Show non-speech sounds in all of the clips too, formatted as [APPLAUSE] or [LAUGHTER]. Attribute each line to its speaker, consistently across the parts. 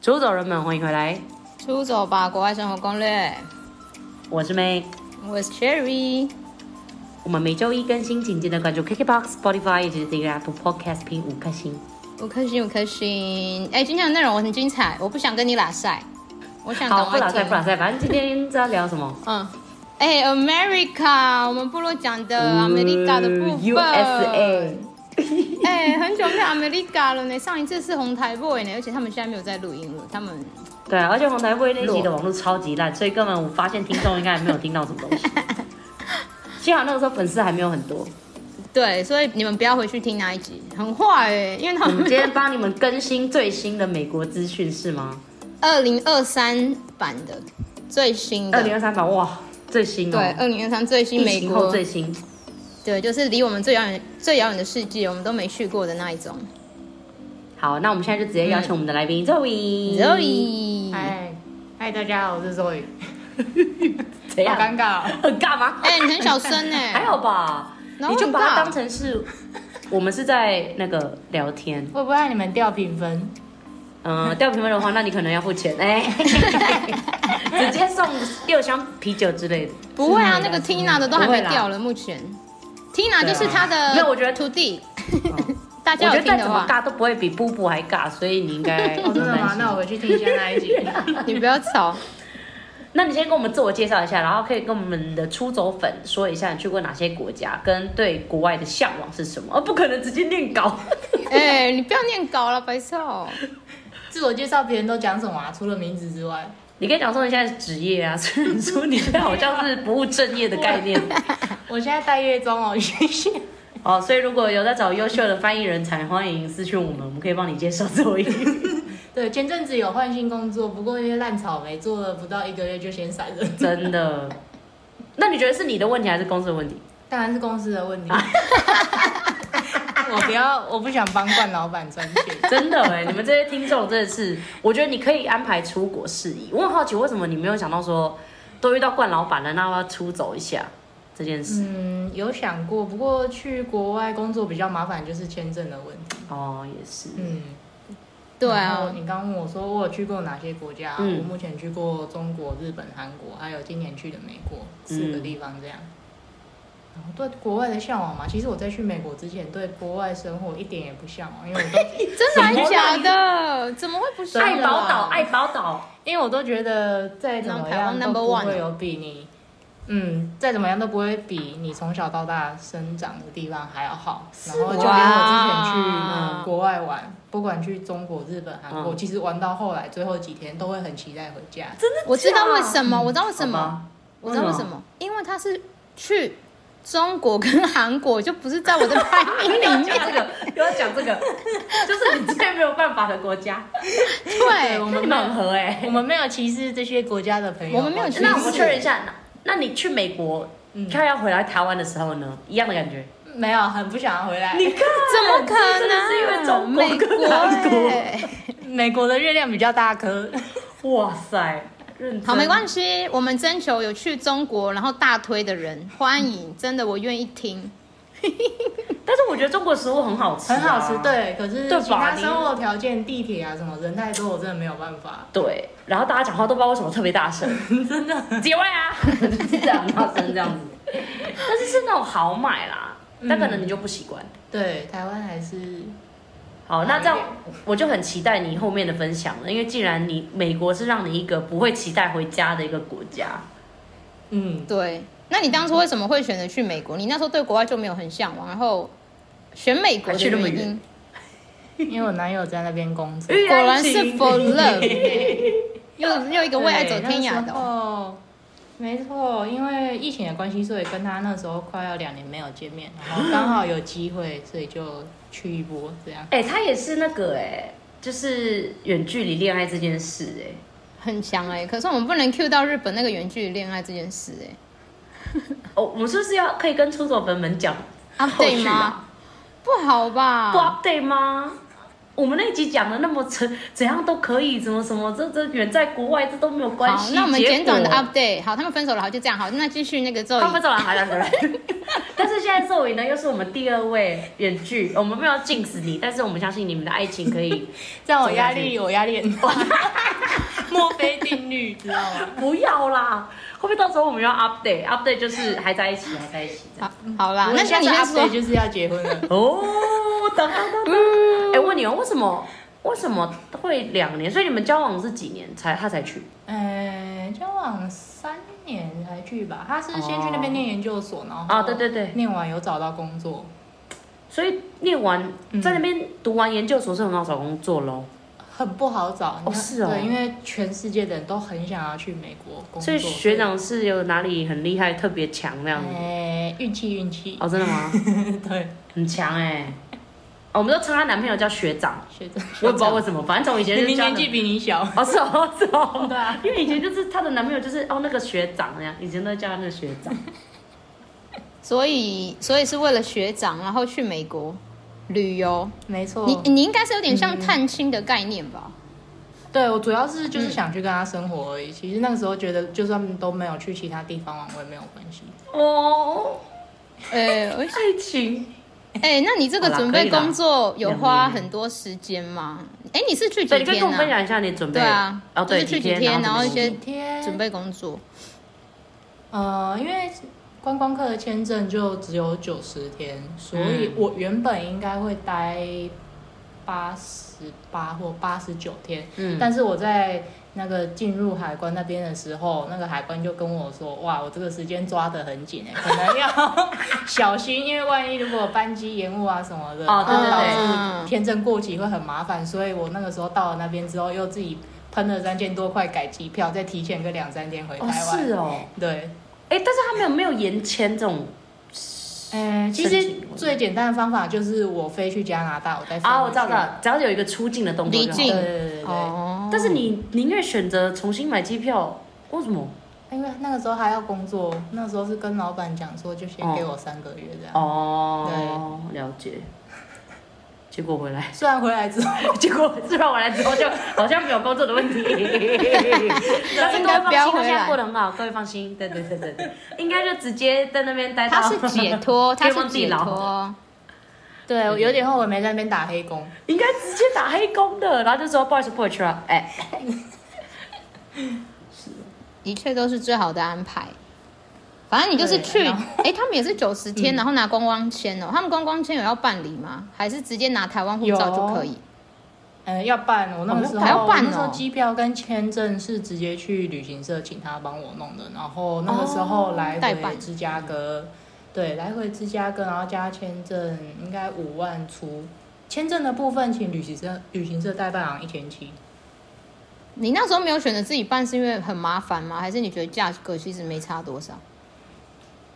Speaker 1: 出走人们，欢迎回来，
Speaker 2: 出走吧，国外生活攻略。
Speaker 1: 我是 May。
Speaker 2: 我是 Cherry，
Speaker 1: 我们每周一更新，请记得关注 KKBOX、Spotify 以及这个 Apple Podcast 评五颗星。
Speaker 2: 五颗星，五颗星。哎，今天的内容很精彩，我不想跟你拉塞，我想赶
Speaker 1: 好，不
Speaker 2: 快
Speaker 1: 拉塞，
Speaker 2: 听
Speaker 1: 不拉塞，反正今天在聊什么？
Speaker 2: 嗯，哎，America，我们部落讲的啊
Speaker 1: 哦呃
Speaker 2: America 的部分。
Speaker 1: USA。
Speaker 2: 哎，很久没有 America 了呢，上一次是红台 boy 呢，而且他们现在没有在录音了，他们
Speaker 1: 对啊，而且红台会那集的网络超级烂，所以根本我发现听众应该还没有听到什么东
Speaker 2: [LAUGHS]
Speaker 1: 西。幸好那个时候粉丝还没有很多。
Speaker 2: 对，所以你们不要回去听那一集，很坏哎，因为他
Speaker 1: 我们
Speaker 2: 们
Speaker 1: 今天帮你们更新最新的美国资讯是吗？
Speaker 2: 二零二三版的最新
Speaker 1: 二零
Speaker 2: 的，
Speaker 1: 二三版哇，最新哦，
Speaker 2: 对，二零二三最新
Speaker 1: 疫
Speaker 2: 美
Speaker 1: 情后
Speaker 2: 国
Speaker 1: 最新。
Speaker 2: 对，就是离我们最遥远、最遥远的世界，我们都没去过的那一种。
Speaker 1: 好，那我们现在就直接邀请我们的来宾 Zoe。
Speaker 2: Zoe，哎、
Speaker 3: 嗨嗨，大家好，我是 Zoe，
Speaker 1: 怎样？
Speaker 3: 好尴尬、哦。
Speaker 1: 很尬吗？
Speaker 2: 你很小声哎、
Speaker 1: [LAUGHS] 还好吧，
Speaker 2: 然
Speaker 1: 你
Speaker 2: 后
Speaker 1: 就
Speaker 2: 很
Speaker 1: 把它
Speaker 2: 尬
Speaker 1: 当成是我们是在那个聊天。
Speaker 3: 会不会让你们掉评分？
Speaker 1: 嗯，掉评分的话，那你可能要付钱哎，直接送六箱啤酒之类的。
Speaker 2: 不会啊，
Speaker 3: 是
Speaker 2: 那
Speaker 3: 吗
Speaker 2: 个 Tina 的都还
Speaker 1: 不会
Speaker 2: 没
Speaker 1: 啦啊
Speaker 2: 掉了，目前 Tina 就是他的，
Speaker 1: 没有我觉得
Speaker 2: 徒弟，
Speaker 1: 嗯
Speaker 2: [LAUGHS] 大
Speaker 1: 我觉
Speaker 2: 家有
Speaker 1: 得
Speaker 2: 听
Speaker 1: 再
Speaker 2: 的
Speaker 1: 怎么
Speaker 2: 话，
Speaker 1: 尬都不会比布布还尬，所以你应该
Speaker 3: 哦，
Speaker 1: 不
Speaker 3: 真
Speaker 1: 用
Speaker 3: 的
Speaker 1: 担
Speaker 3: 吗？
Speaker 1: 心
Speaker 3: 那我回去听一下那一集。
Speaker 2: 你不要
Speaker 1: [LAUGHS]
Speaker 2: 吵。
Speaker 1: 那你先跟我们自我介绍一下，然后可以跟我们的出走粉说一下你去过哪些国家，跟对国外的向往是什么。而不可能直接念稿。
Speaker 2: 哎、你不要念稿了，白哦少。
Speaker 3: [LAUGHS] 自我介绍，别人都讲什么啊？除了名字之外，
Speaker 1: 你可以讲说你现在是职业啊，虽然说你现在好像是不务正业的概念
Speaker 3: 我现在待月中哦，谢谢。
Speaker 1: 哦，所以如果有在找优秀的翻译人才，欢迎私讯我们，我们可以帮你介绍作 [LAUGHS] 业。
Speaker 3: 对，前阵子有换新工作，不过那些烂草莓做了不到一个月就先闪人，
Speaker 1: 真的？那你觉得是你的问题还是公司的问题？
Speaker 3: 当然是公司的问题。 [LAUGHS] 我不要，我不想帮冠老板赚钱。
Speaker 1: 真的 [LAUGHS] 哎、你们这些听众真的是，我觉得你可以安排出国事宜。我很好奇，为什么你没有想到说，都遇到冠老板了，那要不要出走一下这件事？
Speaker 3: 嗯，有想过，不过去国外工作比较麻烦，就是签证的问题。
Speaker 1: 哦，也是，
Speaker 3: 嗯。
Speaker 2: 对
Speaker 3: 然后
Speaker 1: 哦
Speaker 2: 啊，
Speaker 3: 你刚问我说我有去过哪些国家、
Speaker 1: 嗯
Speaker 3: 我目前去过中国、日本、韩国，还有今年去的美国
Speaker 2: 嗯
Speaker 3: 四个地方这样。然后对国外的向往嘛，其实我在去美国之前对国外生活一点也不向往，因为我
Speaker 2: [LAUGHS]
Speaker 3: 都
Speaker 2: 真的还是假的？怎么会不是？啊
Speaker 1: 爱宝岛，爱宝岛，
Speaker 3: 因为我都觉得再怎么样都不
Speaker 2: 啊
Speaker 3: 会有比你，嗯，再怎么样都不会比你从小到大生长的地方还要好。然后就连我之前去、
Speaker 2: 哇
Speaker 3: 嗯国外玩，不管去中国、日本、韩国，
Speaker 1: 嗯
Speaker 3: 其实玩到后来最后几天都会很期待回家。
Speaker 2: 我知道为什么，我知道为什
Speaker 1: 啊嗯好
Speaker 2: 么。
Speaker 1: 吧？
Speaker 2: 我知道为什么，因为他是去中国跟韩国，就不是在我的排名
Speaker 1: 为什么？
Speaker 2: 里
Speaker 1: 你要讲 [LAUGHS]
Speaker 2: 面。
Speaker 1: 这个， [LAUGHS] 又要讲这 [LAUGHS] 个，就是你最没有办法的国家，
Speaker 2: [LAUGHS] 对
Speaker 3: 我，
Speaker 1: 真的
Speaker 3: 们没
Speaker 1: 很
Speaker 3: 有，
Speaker 1: 合哎、
Speaker 3: [LAUGHS] 我们没有歧视这些国家的朋友，
Speaker 2: 我们没有歧视
Speaker 1: 那我确认一下，那那你去美国，
Speaker 3: 嗯
Speaker 1: 他要回来台湾的时候呢，一样的感觉。
Speaker 3: 没有，很不想回来。
Speaker 1: 看，
Speaker 2: 怎么可
Speaker 1: 真的是因为
Speaker 2: 能？
Speaker 1: 中国
Speaker 2: 美国、
Speaker 1: 跟韩国
Speaker 2: 欸，
Speaker 3: 美国的月亮比较大颗，
Speaker 1: [LAUGHS] 哇塞，认真
Speaker 2: 好，没关系，我们征求有去中国然后大推的人，欢迎，真的我愿意听。
Speaker 1: 但是我觉得中国食物很好吃、啊
Speaker 3: 很好吃，。对。可是
Speaker 1: 对
Speaker 3: 其
Speaker 1: 吧
Speaker 3: 他
Speaker 1: 你
Speaker 3: 生活条件、地铁啊什么人太多，我真的没有办法。
Speaker 1: 对，然后大家讲话都不知道为什么特别大 [LAUGHS] 声，
Speaker 3: 真的，
Speaker 1: 姐妹啊，就是这样大声这样子。 [LAUGHS] 嗯但是是那种好买啦，但可能你就不习惯。
Speaker 3: 对，台湾还是
Speaker 1: 好，那
Speaker 3: 好一
Speaker 1: 这样
Speaker 3: 点
Speaker 1: 我就很期待你后面的分享了，因为既然你美国是让你一个不会期待回家的一个国家，
Speaker 3: 嗯，
Speaker 2: 对，那你当初为什么会选择去美国？你那时候对国外就没有很向往，然后选美国
Speaker 1: 还
Speaker 2: 的
Speaker 1: 去那么
Speaker 2: 原
Speaker 1: 远
Speaker 2: 因，
Speaker 3: [LAUGHS] 因为我男友在那边工作，
Speaker 2: 果然是 for
Speaker 1: 啊
Speaker 2: love，又又一个
Speaker 3: 对
Speaker 2: 为爱走天涯的
Speaker 3: 那时
Speaker 2: 哦。
Speaker 3: 候没错，因为疫情的关系，所以跟他那时候快要两年没有见面，然后刚好有机会，所以就去一波这样。
Speaker 1: 哎、他也是那个哎、就是远距离恋爱这件事哎、
Speaker 2: 很强哎、可是我们不能 Q 到日本那个远距离恋爱这件事哎、
Speaker 1: 哦，我们是不是要可以跟出走粉们讲
Speaker 2: 啊
Speaker 1: 后
Speaker 2: 对
Speaker 1: 续
Speaker 2: 吗
Speaker 1: 啊？？
Speaker 2: 不好吧？
Speaker 1: 不 update 吗？我们那集讲的那么怎怎样都可以，怎么什么，这这远在国外这都没有关
Speaker 2: 好，
Speaker 1: 系。
Speaker 2: 那我们
Speaker 1: 结 [LAUGHS]
Speaker 2: 简短的
Speaker 1: 果
Speaker 2: update。好，他们分手了，好，就这样。好，那继续那个咒
Speaker 1: 他们
Speaker 2: 语。
Speaker 1: 走了，好像走了。但是现 [LAUGHS] 在作为呢，又是我们第二位远距，我们没有禁止你，但是我们相信你们的爱情可
Speaker 2: [LAUGHS]
Speaker 1: 以
Speaker 3: 这样我压力我压力很大， [LAUGHS] 墨菲定律知道吗？
Speaker 1: 不要啦。会不会到时候我们要 update update 就是还在一起，还在一起这样？
Speaker 2: 好，好啦，那
Speaker 3: 下
Speaker 2: 那你
Speaker 3: 次
Speaker 2: 先
Speaker 3: update
Speaker 2: 说。
Speaker 3: 就是要结婚了。
Speaker 1: 哦，当当
Speaker 3: 嗯
Speaker 1: 当当。哎、问你哦，为什么为什么会两年？所以你们交往是几年才他才去？
Speaker 3: 嗯，交往三年才去吧，他是先去那边
Speaker 1: 哦
Speaker 3: 念研究所，然后
Speaker 1: 啊对对对
Speaker 3: 念完有找到工作，
Speaker 1: 所以念完
Speaker 3: 嗯
Speaker 1: 在那边读完研究所是很好找工作喽，
Speaker 3: 很不好找。
Speaker 1: 哦是哦
Speaker 3: 对，因为全世界的人都很想要去美国工作，
Speaker 1: 所以学长是有哪里很厉害、特别强那样子？
Speaker 3: 哎，运气运气，
Speaker 1: 哦，真的吗？
Speaker 3: [LAUGHS] 对，
Speaker 1: 很强哎、
Speaker 3: 欸
Speaker 1: 哦我们都称她男朋友叫学长，
Speaker 3: 学长，
Speaker 1: 我也不知
Speaker 3: [LAUGHS]
Speaker 1: 道为什么，反正从以前
Speaker 3: 明
Speaker 1: 就
Speaker 3: 明
Speaker 1: 叫
Speaker 3: 年纪比啊你小，
Speaker 1: 哦是哦是哦，
Speaker 3: [LAUGHS] 对啊，
Speaker 1: 因为以前就是她的男朋友就是哦那个学长那样，以前都叫他那个学长。
Speaker 2: 所以，所以是为了学长，然后去美国旅游。
Speaker 3: 没
Speaker 1: 哦
Speaker 3: 错。
Speaker 2: 你你应该是有点
Speaker 1: 嗯
Speaker 2: 像探亲的概念
Speaker 1: [LAUGHS]
Speaker 2: 吧？
Speaker 3: 对我主要是就是想去跟他生活而已。其实那个时候觉得，就算都没有去其他地方玩，我也没有关系。
Speaker 1: 哦，
Speaker 2: 哎哎、
Speaker 1: 爱情，
Speaker 2: 那你这个
Speaker 1: 好啦
Speaker 2: 准备
Speaker 1: 可以啦
Speaker 2: 工作有
Speaker 1: 两
Speaker 2: 花
Speaker 1: 年
Speaker 2: 很多时间吗？哎、你是去
Speaker 1: 对，
Speaker 2: 几
Speaker 1: 你可以
Speaker 2: 天
Speaker 1: 跟我分
Speaker 2: 啊？
Speaker 1: 享一下你准备
Speaker 2: 对啊
Speaker 1: 哦对，
Speaker 2: 就是去
Speaker 1: 几
Speaker 2: 几天然后
Speaker 1: 怎么
Speaker 2: 一些
Speaker 1: 样
Speaker 3: 天
Speaker 2: 准备工作，
Speaker 3: 呃，因为观光客的签证就只有九十天，所以我原本应该会待八十八或八十九天，
Speaker 1: 嗯，
Speaker 3: 但是我在那个进入海关那边的时候，那个海关就跟我说：“哇，我这个时间抓得很紧哎、可能要小心，因为万一如果班机延误啊什么的，
Speaker 1: 哦对对
Speaker 3: 导
Speaker 1: 对
Speaker 3: 致签证过期会很麻烦。”所以我那个时候到了那边之后，又自己喷了三千多块改机票，再提前个两三天回台
Speaker 1: 哦
Speaker 3: 湾。
Speaker 1: 是哦，
Speaker 3: 对，
Speaker 1: 哎，但是他们有没有延签这种？
Speaker 3: 嗯，其
Speaker 1: 申
Speaker 3: 实
Speaker 1: 请
Speaker 3: 最简单的方法就是我飞去加拿大，我再飞
Speaker 1: 啊，
Speaker 3: 回
Speaker 1: 我知道，
Speaker 3: 去
Speaker 1: 我知道，只要有一个出境的动作就
Speaker 2: 离
Speaker 1: 好。
Speaker 2: 境
Speaker 3: 对对对对对
Speaker 2: 哦，
Speaker 1: 但是你宁愿选择重新买机票，为什么？
Speaker 3: 因为那个时候还要工作，那时候是跟老板讲说，就先
Speaker 2: 哦
Speaker 3: 给我三个月这样。
Speaker 1: 哦，了解。结果回来。 [LAUGHS]
Speaker 3: 虽然回来之后，
Speaker 2: 哦
Speaker 1: 结果吃完完了之后，就好像没有工作的问题。 [LAUGHS] 但是
Speaker 2: 应
Speaker 1: 各
Speaker 2: 该
Speaker 1: 位放
Speaker 2: 不要
Speaker 1: 心，他
Speaker 2: 回来
Speaker 1: 现在过得很好，各位放心。对对对对对，应该就直接在那边待到。
Speaker 2: 他是解
Speaker 1: [LAUGHS]
Speaker 2: 脱，他
Speaker 1: 天
Speaker 2: 是
Speaker 1: 荒地
Speaker 2: 解
Speaker 1: 老，
Speaker 2: 脱，
Speaker 3: [LAUGHS] 对我有点后悔没在那边打黑工。
Speaker 1: 应该直接打黑工的，然后就说不好意思，不回去了。哎，
Speaker 2: 一切都是最好的安排。反正你就是去，
Speaker 3: 对然
Speaker 2: 哎、他们也是九十天，然后拿观光签哦、他们观光签有要办理吗？还是直接拿台湾护照
Speaker 3: 有
Speaker 2: 就可以？
Speaker 3: 嗯，要办我那个时候，
Speaker 2: 还要办哦
Speaker 3: 我那时候机票跟签证是直接去旅行社请他帮我弄的，然后那个时候
Speaker 2: 哦
Speaker 3: 来
Speaker 2: 代
Speaker 3: 回
Speaker 2: 办
Speaker 3: 芝加哥，对，来回芝加哥，然后加签证应该五万出，签证的部分请旅行社旅行社代办好像一千七，
Speaker 2: 你那时候没有选择自己办，是因为很麻烦吗？还是你觉得价格其实没差多少？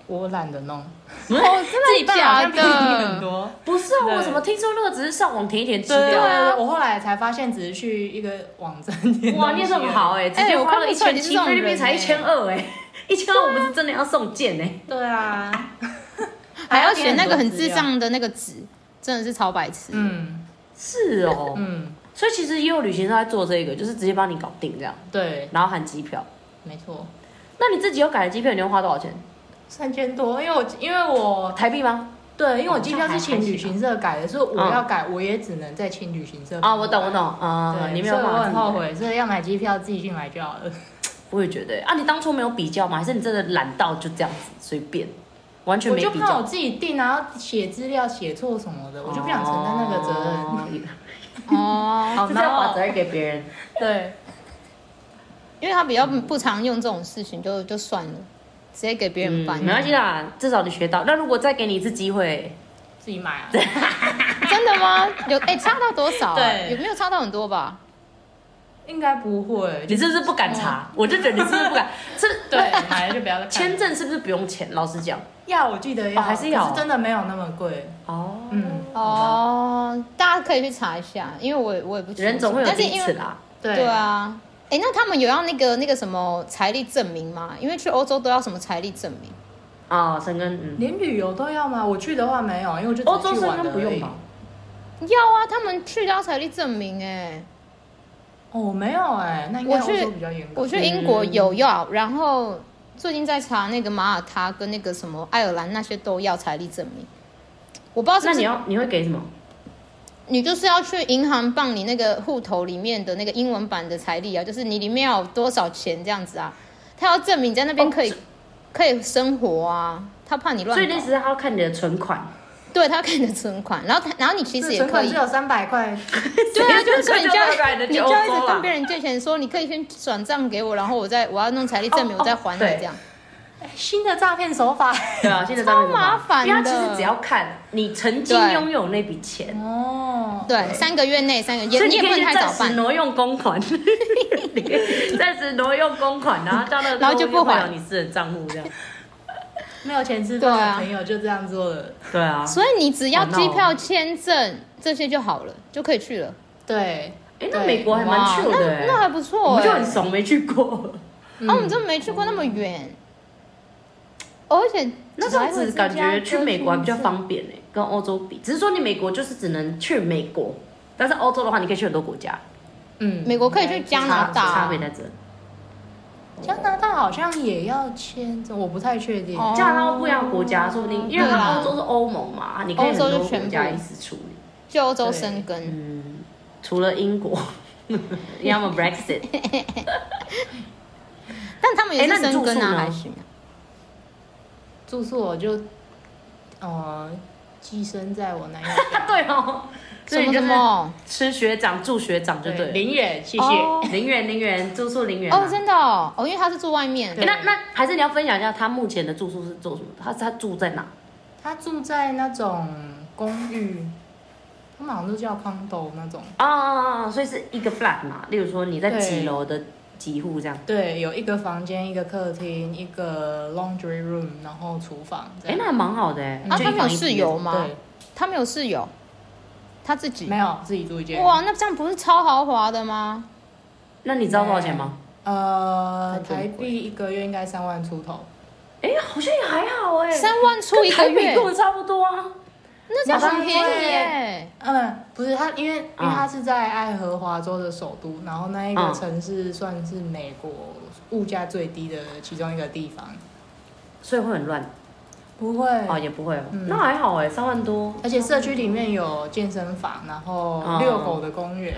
Speaker 3: 我懒得弄，
Speaker 1: 哦哎
Speaker 2: 自己
Speaker 3: [LAUGHS] 办好像便宜很？多。
Speaker 1: 不是啊，
Speaker 3: 对
Speaker 1: 我怎么听说那个只是上网填一填资
Speaker 3: 对
Speaker 1: 料？
Speaker 3: 啊，我后来才发现，只是去一个网站 [LAUGHS] 填
Speaker 1: 哇，
Speaker 3: 东
Speaker 1: 你也
Speaker 3: 西
Speaker 1: 是很好
Speaker 3: 而已。
Speaker 1: 哎，直接花了一
Speaker 2: 哎我看不出来
Speaker 1: 千
Speaker 2: 你是
Speaker 1: 七，
Speaker 2: 这种
Speaker 1: 菲
Speaker 2: 人
Speaker 1: 律宾才一千二哎， [LAUGHS] 一千二我们是真的要送件哎。
Speaker 3: 对
Speaker 1: [LAUGHS]
Speaker 3: 啊，
Speaker 2: 还要选那个很智
Speaker 3: 资。
Speaker 2: 障的那个纸，真的是超白痴。
Speaker 3: 嗯
Speaker 1: 是哦，
Speaker 3: 嗯，
Speaker 1: 所以其实也有旅行社在做这个，就是直接帮你搞定这样，
Speaker 3: 对，
Speaker 1: 然后含机票。
Speaker 3: 没错，
Speaker 1: 那你自己有改的机票，你要花多少钱？
Speaker 3: 三千多，因为我因为我
Speaker 1: 台币吗？
Speaker 3: 对，因为我机票是请旅行社改的，所以我要改，我也只能再请旅行社。
Speaker 1: 哦啊，我懂，我。懂啊，
Speaker 3: 对，
Speaker 1: 你没有
Speaker 3: 所以
Speaker 1: 办
Speaker 3: 我
Speaker 1: 法自
Speaker 3: 很
Speaker 1: 己
Speaker 3: 后
Speaker 1: 改。
Speaker 3: 悔，所以要买机票自己去买就好了。
Speaker 1: 我也觉得啊，你当初没有比较吗？还是你真的懒到就这样子随便，完全
Speaker 3: 我
Speaker 1: 没
Speaker 3: 就
Speaker 1: 比
Speaker 3: 怕
Speaker 1: 较？
Speaker 3: 我自己订，然后写资料写错什么的，我就不想承担那个责任。
Speaker 1: 任，
Speaker 2: 哦，
Speaker 3: [LAUGHS]
Speaker 1: [LAUGHS]
Speaker 3: 好
Speaker 1: 就是要把
Speaker 3: 难
Speaker 1: 责
Speaker 3: 哦，
Speaker 1: 任给别人。
Speaker 3: 对，
Speaker 2: 因为他比较不常用这种事情，就就算了，直接给别人
Speaker 1: 嗯
Speaker 2: 办。
Speaker 1: 没关系啦，至少你学到。那如果再给你一次机会，
Speaker 3: 自己买啊。
Speaker 2: 真的吗？有哎、差到多少、啊？
Speaker 3: 对
Speaker 2: 有没有差到很多吧？
Speaker 3: 应该不会，
Speaker 1: 你是不是不敢查？我就觉得你是不是 [LAUGHS] 不敢？这
Speaker 3: 对，买了就不要再看了
Speaker 1: 签证是不是不用钱？老实讲，
Speaker 3: 要，我记得要，
Speaker 1: 哦还是要
Speaker 3: 可真的没有那么贵。
Speaker 1: 哦，
Speaker 3: 嗯，
Speaker 2: 哦，大家可以去查一下，因为我也我也不清楚
Speaker 1: 人总会有
Speaker 2: 但是
Speaker 1: 第一
Speaker 2: 因
Speaker 1: 次
Speaker 2: 为
Speaker 1: 啦。
Speaker 3: 对
Speaker 2: 对啊，哎、那他们有要那个那个什么财力证明吗？因为去欧洲都要什么财力证明？
Speaker 1: 啊，生根，嗯，
Speaker 3: 连旅游都要吗？我去的话没有，因为我就只
Speaker 1: 欧洲
Speaker 3: 去
Speaker 1: 生
Speaker 3: 玩的
Speaker 1: 根不
Speaker 3: 而
Speaker 1: 用
Speaker 3: 已
Speaker 1: 吧？
Speaker 2: 要啊，他们去都要财力证明哎、
Speaker 3: 哦，没有哎、那应该
Speaker 2: 我去
Speaker 3: 欧洲比较严格。
Speaker 2: 我去英国有要，然后最近在查那个马耳他跟那个什么爱尔兰那些都要财力证明。我不知道是
Speaker 1: 那
Speaker 2: 不是
Speaker 1: 你要你会给什么？
Speaker 2: 你就是要去银行办你那个户头里面的那个英文版的财力啊，就是你里面要有多少钱这样子啊，他要证明你在那边可以、可以生活啊，他怕你乱
Speaker 1: 哦所以那
Speaker 2: 搞，
Speaker 1: 时候他要看你的存 [LAUGHS] 款，
Speaker 2: 对他要看你的存款，然后他然后你其实
Speaker 3: 是
Speaker 2: 也
Speaker 3: 存
Speaker 2: 可
Speaker 3: 款
Speaker 2: 以
Speaker 3: 只，有三百块，
Speaker 2: 对啊，就是所以
Speaker 1: 存
Speaker 2: 你就要
Speaker 1: 款的
Speaker 2: 你
Speaker 1: 就
Speaker 2: 就要一直
Speaker 1: 了
Speaker 2: 跟别。人借钱说，你可以先转账给我，然后我再我要弄财力证明，
Speaker 1: 哦
Speaker 2: 我再还你
Speaker 1: 对
Speaker 2: 这样，
Speaker 3: 哎新的诈骗手法。
Speaker 1: 对啊，现在诈骗
Speaker 2: 超麻烦的
Speaker 1: 因为他其实只要看你曾经
Speaker 2: 对
Speaker 1: 拥有那笔钱，
Speaker 3: 哦，
Speaker 2: 对，三个月内三个
Speaker 1: 所
Speaker 2: 月，
Speaker 1: 以
Speaker 2: 你也不
Speaker 1: 可以
Speaker 2: 能
Speaker 1: 去
Speaker 2: 太
Speaker 1: 暂
Speaker 2: 早
Speaker 1: 时
Speaker 2: 办，
Speaker 1: 挪用公款， [LAUGHS] 你可以暂时挪用公款，然后到那个
Speaker 2: 然后就不还
Speaker 1: 了你私人账户这样。
Speaker 3: 没有钱吃
Speaker 2: 对
Speaker 3: 饭
Speaker 2: 啊
Speaker 3: 的朋友就这样做了。
Speaker 1: 对啊，
Speaker 2: 所以你只要
Speaker 1: 好闹哦
Speaker 2: 机票、签证这些就好了，就可以去了。
Speaker 3: 对，
Speaker 1: 哎，那
Speaker 3: 对
Speaker 1: 美国还蛮
Speaker 2: 哇
Speaker 1: chill 的
Speaker 2: 那那
Speaker 1: 欸，
Speaker 2: 还不
Speaker 1: 我
Speaker 2: 错、
Speaker 1: 们
Speaker 2: 欸，
Speaker 1: 就很怂，没去过。嗯
Speaker 2: 啊，我们真没去过那么远，哦而且
Speaker 1: 那这样子感觉去美国还比较方便呢、欸跟欧洲比，只是说你美国就是只能去美国，但是欧洲的话你可以去很多国家，
Speaker 3: 嗯，
Speaker 2: 美国可以去加拿大
Speaker 1: 差别在这。
Speaker 3: 加拿大好像也要签证，我不太确定。
Speaker 2: 哦
Speaker 1: 加拿大不一样的国家，说不定因为
Speaker 2: 对
Speaker 1: 它
Speaker 2: 啊
Speaker 1: 欧洲是欧盟嘛，你可以很多国家一起处理。
Speaker 2: 去欧洲生根。
Speaker 1: 嗯，除了英国， [LAUGHS] 因为他们
Speaker 2: [LAUGHS]
Speaker 1: Brexit，
Speaker 2: 但他们也
Speaker 1: 哎那
Speaker 2: 是
Speaker 1: 你
Speaker 2: 生
Speaker 1: 住宿
Speaker 2: 根啊，
Speaker 1: 呢
Speaker 2: 还行啊。
Speaker 3: 住宿我就，呃，寄生在我男友家。
Speaker 1: 对哦，所
Speaker 2: 什
Speaker 1: 以
Speaker 2: 么
Speaker 1: 你就
Speaker 2: 什
Speaker 1: 是
Speaker 2: 么？
Speaker 1: 吃学长住学长 [LAUGHS] 就对了。
Speaker 3: 林远，谢
Speaker 1: [LAUGHS]
Speaker 3: 谢。
Speaker 2: 哦
Speaker 1: 零元零元住宿零元、啊。
Speaker 2: 哦，真的哦，哦因为他是住外面
Speaker 1: 诶
Speaker 3: 对。
Speaker 1: 那那还是你要分享一下他目前的住宿是做什么？他他住在哪？
Speaker 3: 他住在那种公寓，他们好像都叫 condo 那种。
Speaker 1: 哦哦哦，所以是一个 flat 嘛，例如说你在
Speaker 3: 对
Speaker 1: 几楼的几户这样。
Speaker 3: 对，有一个房间，一个客厅，一个 laundry room，然后厨房这
Speaker 1: 哎、
Speaker 3: 样。
Speaker 1: 那还蛮好的哎、
Speaker 2: 啊，
Speaker 1: 就一
Speaker 2: 他没有
Speaker 1: 房一厅
Speaker 2: 室友吗？
Speaker 3: 对，
Speaker 2: 他没有室友，他自己。
Speaker 3: 没有自己住一间。
Speaker 2: 哇，那这样不是超豪华的吗？
Speaker 1: 那你知道多少钱吗？
Speaker 3: 呃，
Speaker 2: 感觉
Speaker 3: 台
Speaker 2: 很贵
Speaker 3: 币一个月应该三万出头。
Speaker 1: 哎、好像也还好哎、
Speaker 2: 三万出
Speaker 1: 跟
Speaker 2: 一个
Speaker 1: 台北
Speaker 2: 月
Speaker 1: 跟，我差不多啊。
Speaker 2: 那这样很便
Speaker 3: 马上
Speaker 2: 宜耶。
Speaker 3: 嗯，不是他，因为因为
Speaker 1: 嗯
Speaker 3: 他是在爱荷华州的首都，然后那
Speaker 1: 嗯
Speaker 3: 一个城市算是美国物价最低的其中一个地方。
Speaker 1: 所以会很乱
Speaker 3: 不会，
Speaker 1: 哦，也不会哦，
Speaker 3: 嗯
Speaker 1: 那还好哎、三万多，
Speaker 3: 而且社区里面有健身房，然
Speaker 1: 嗯
Speaker 3: 后遛狗的
Speaker 1: [GASPS]
Speaker 3: 公园，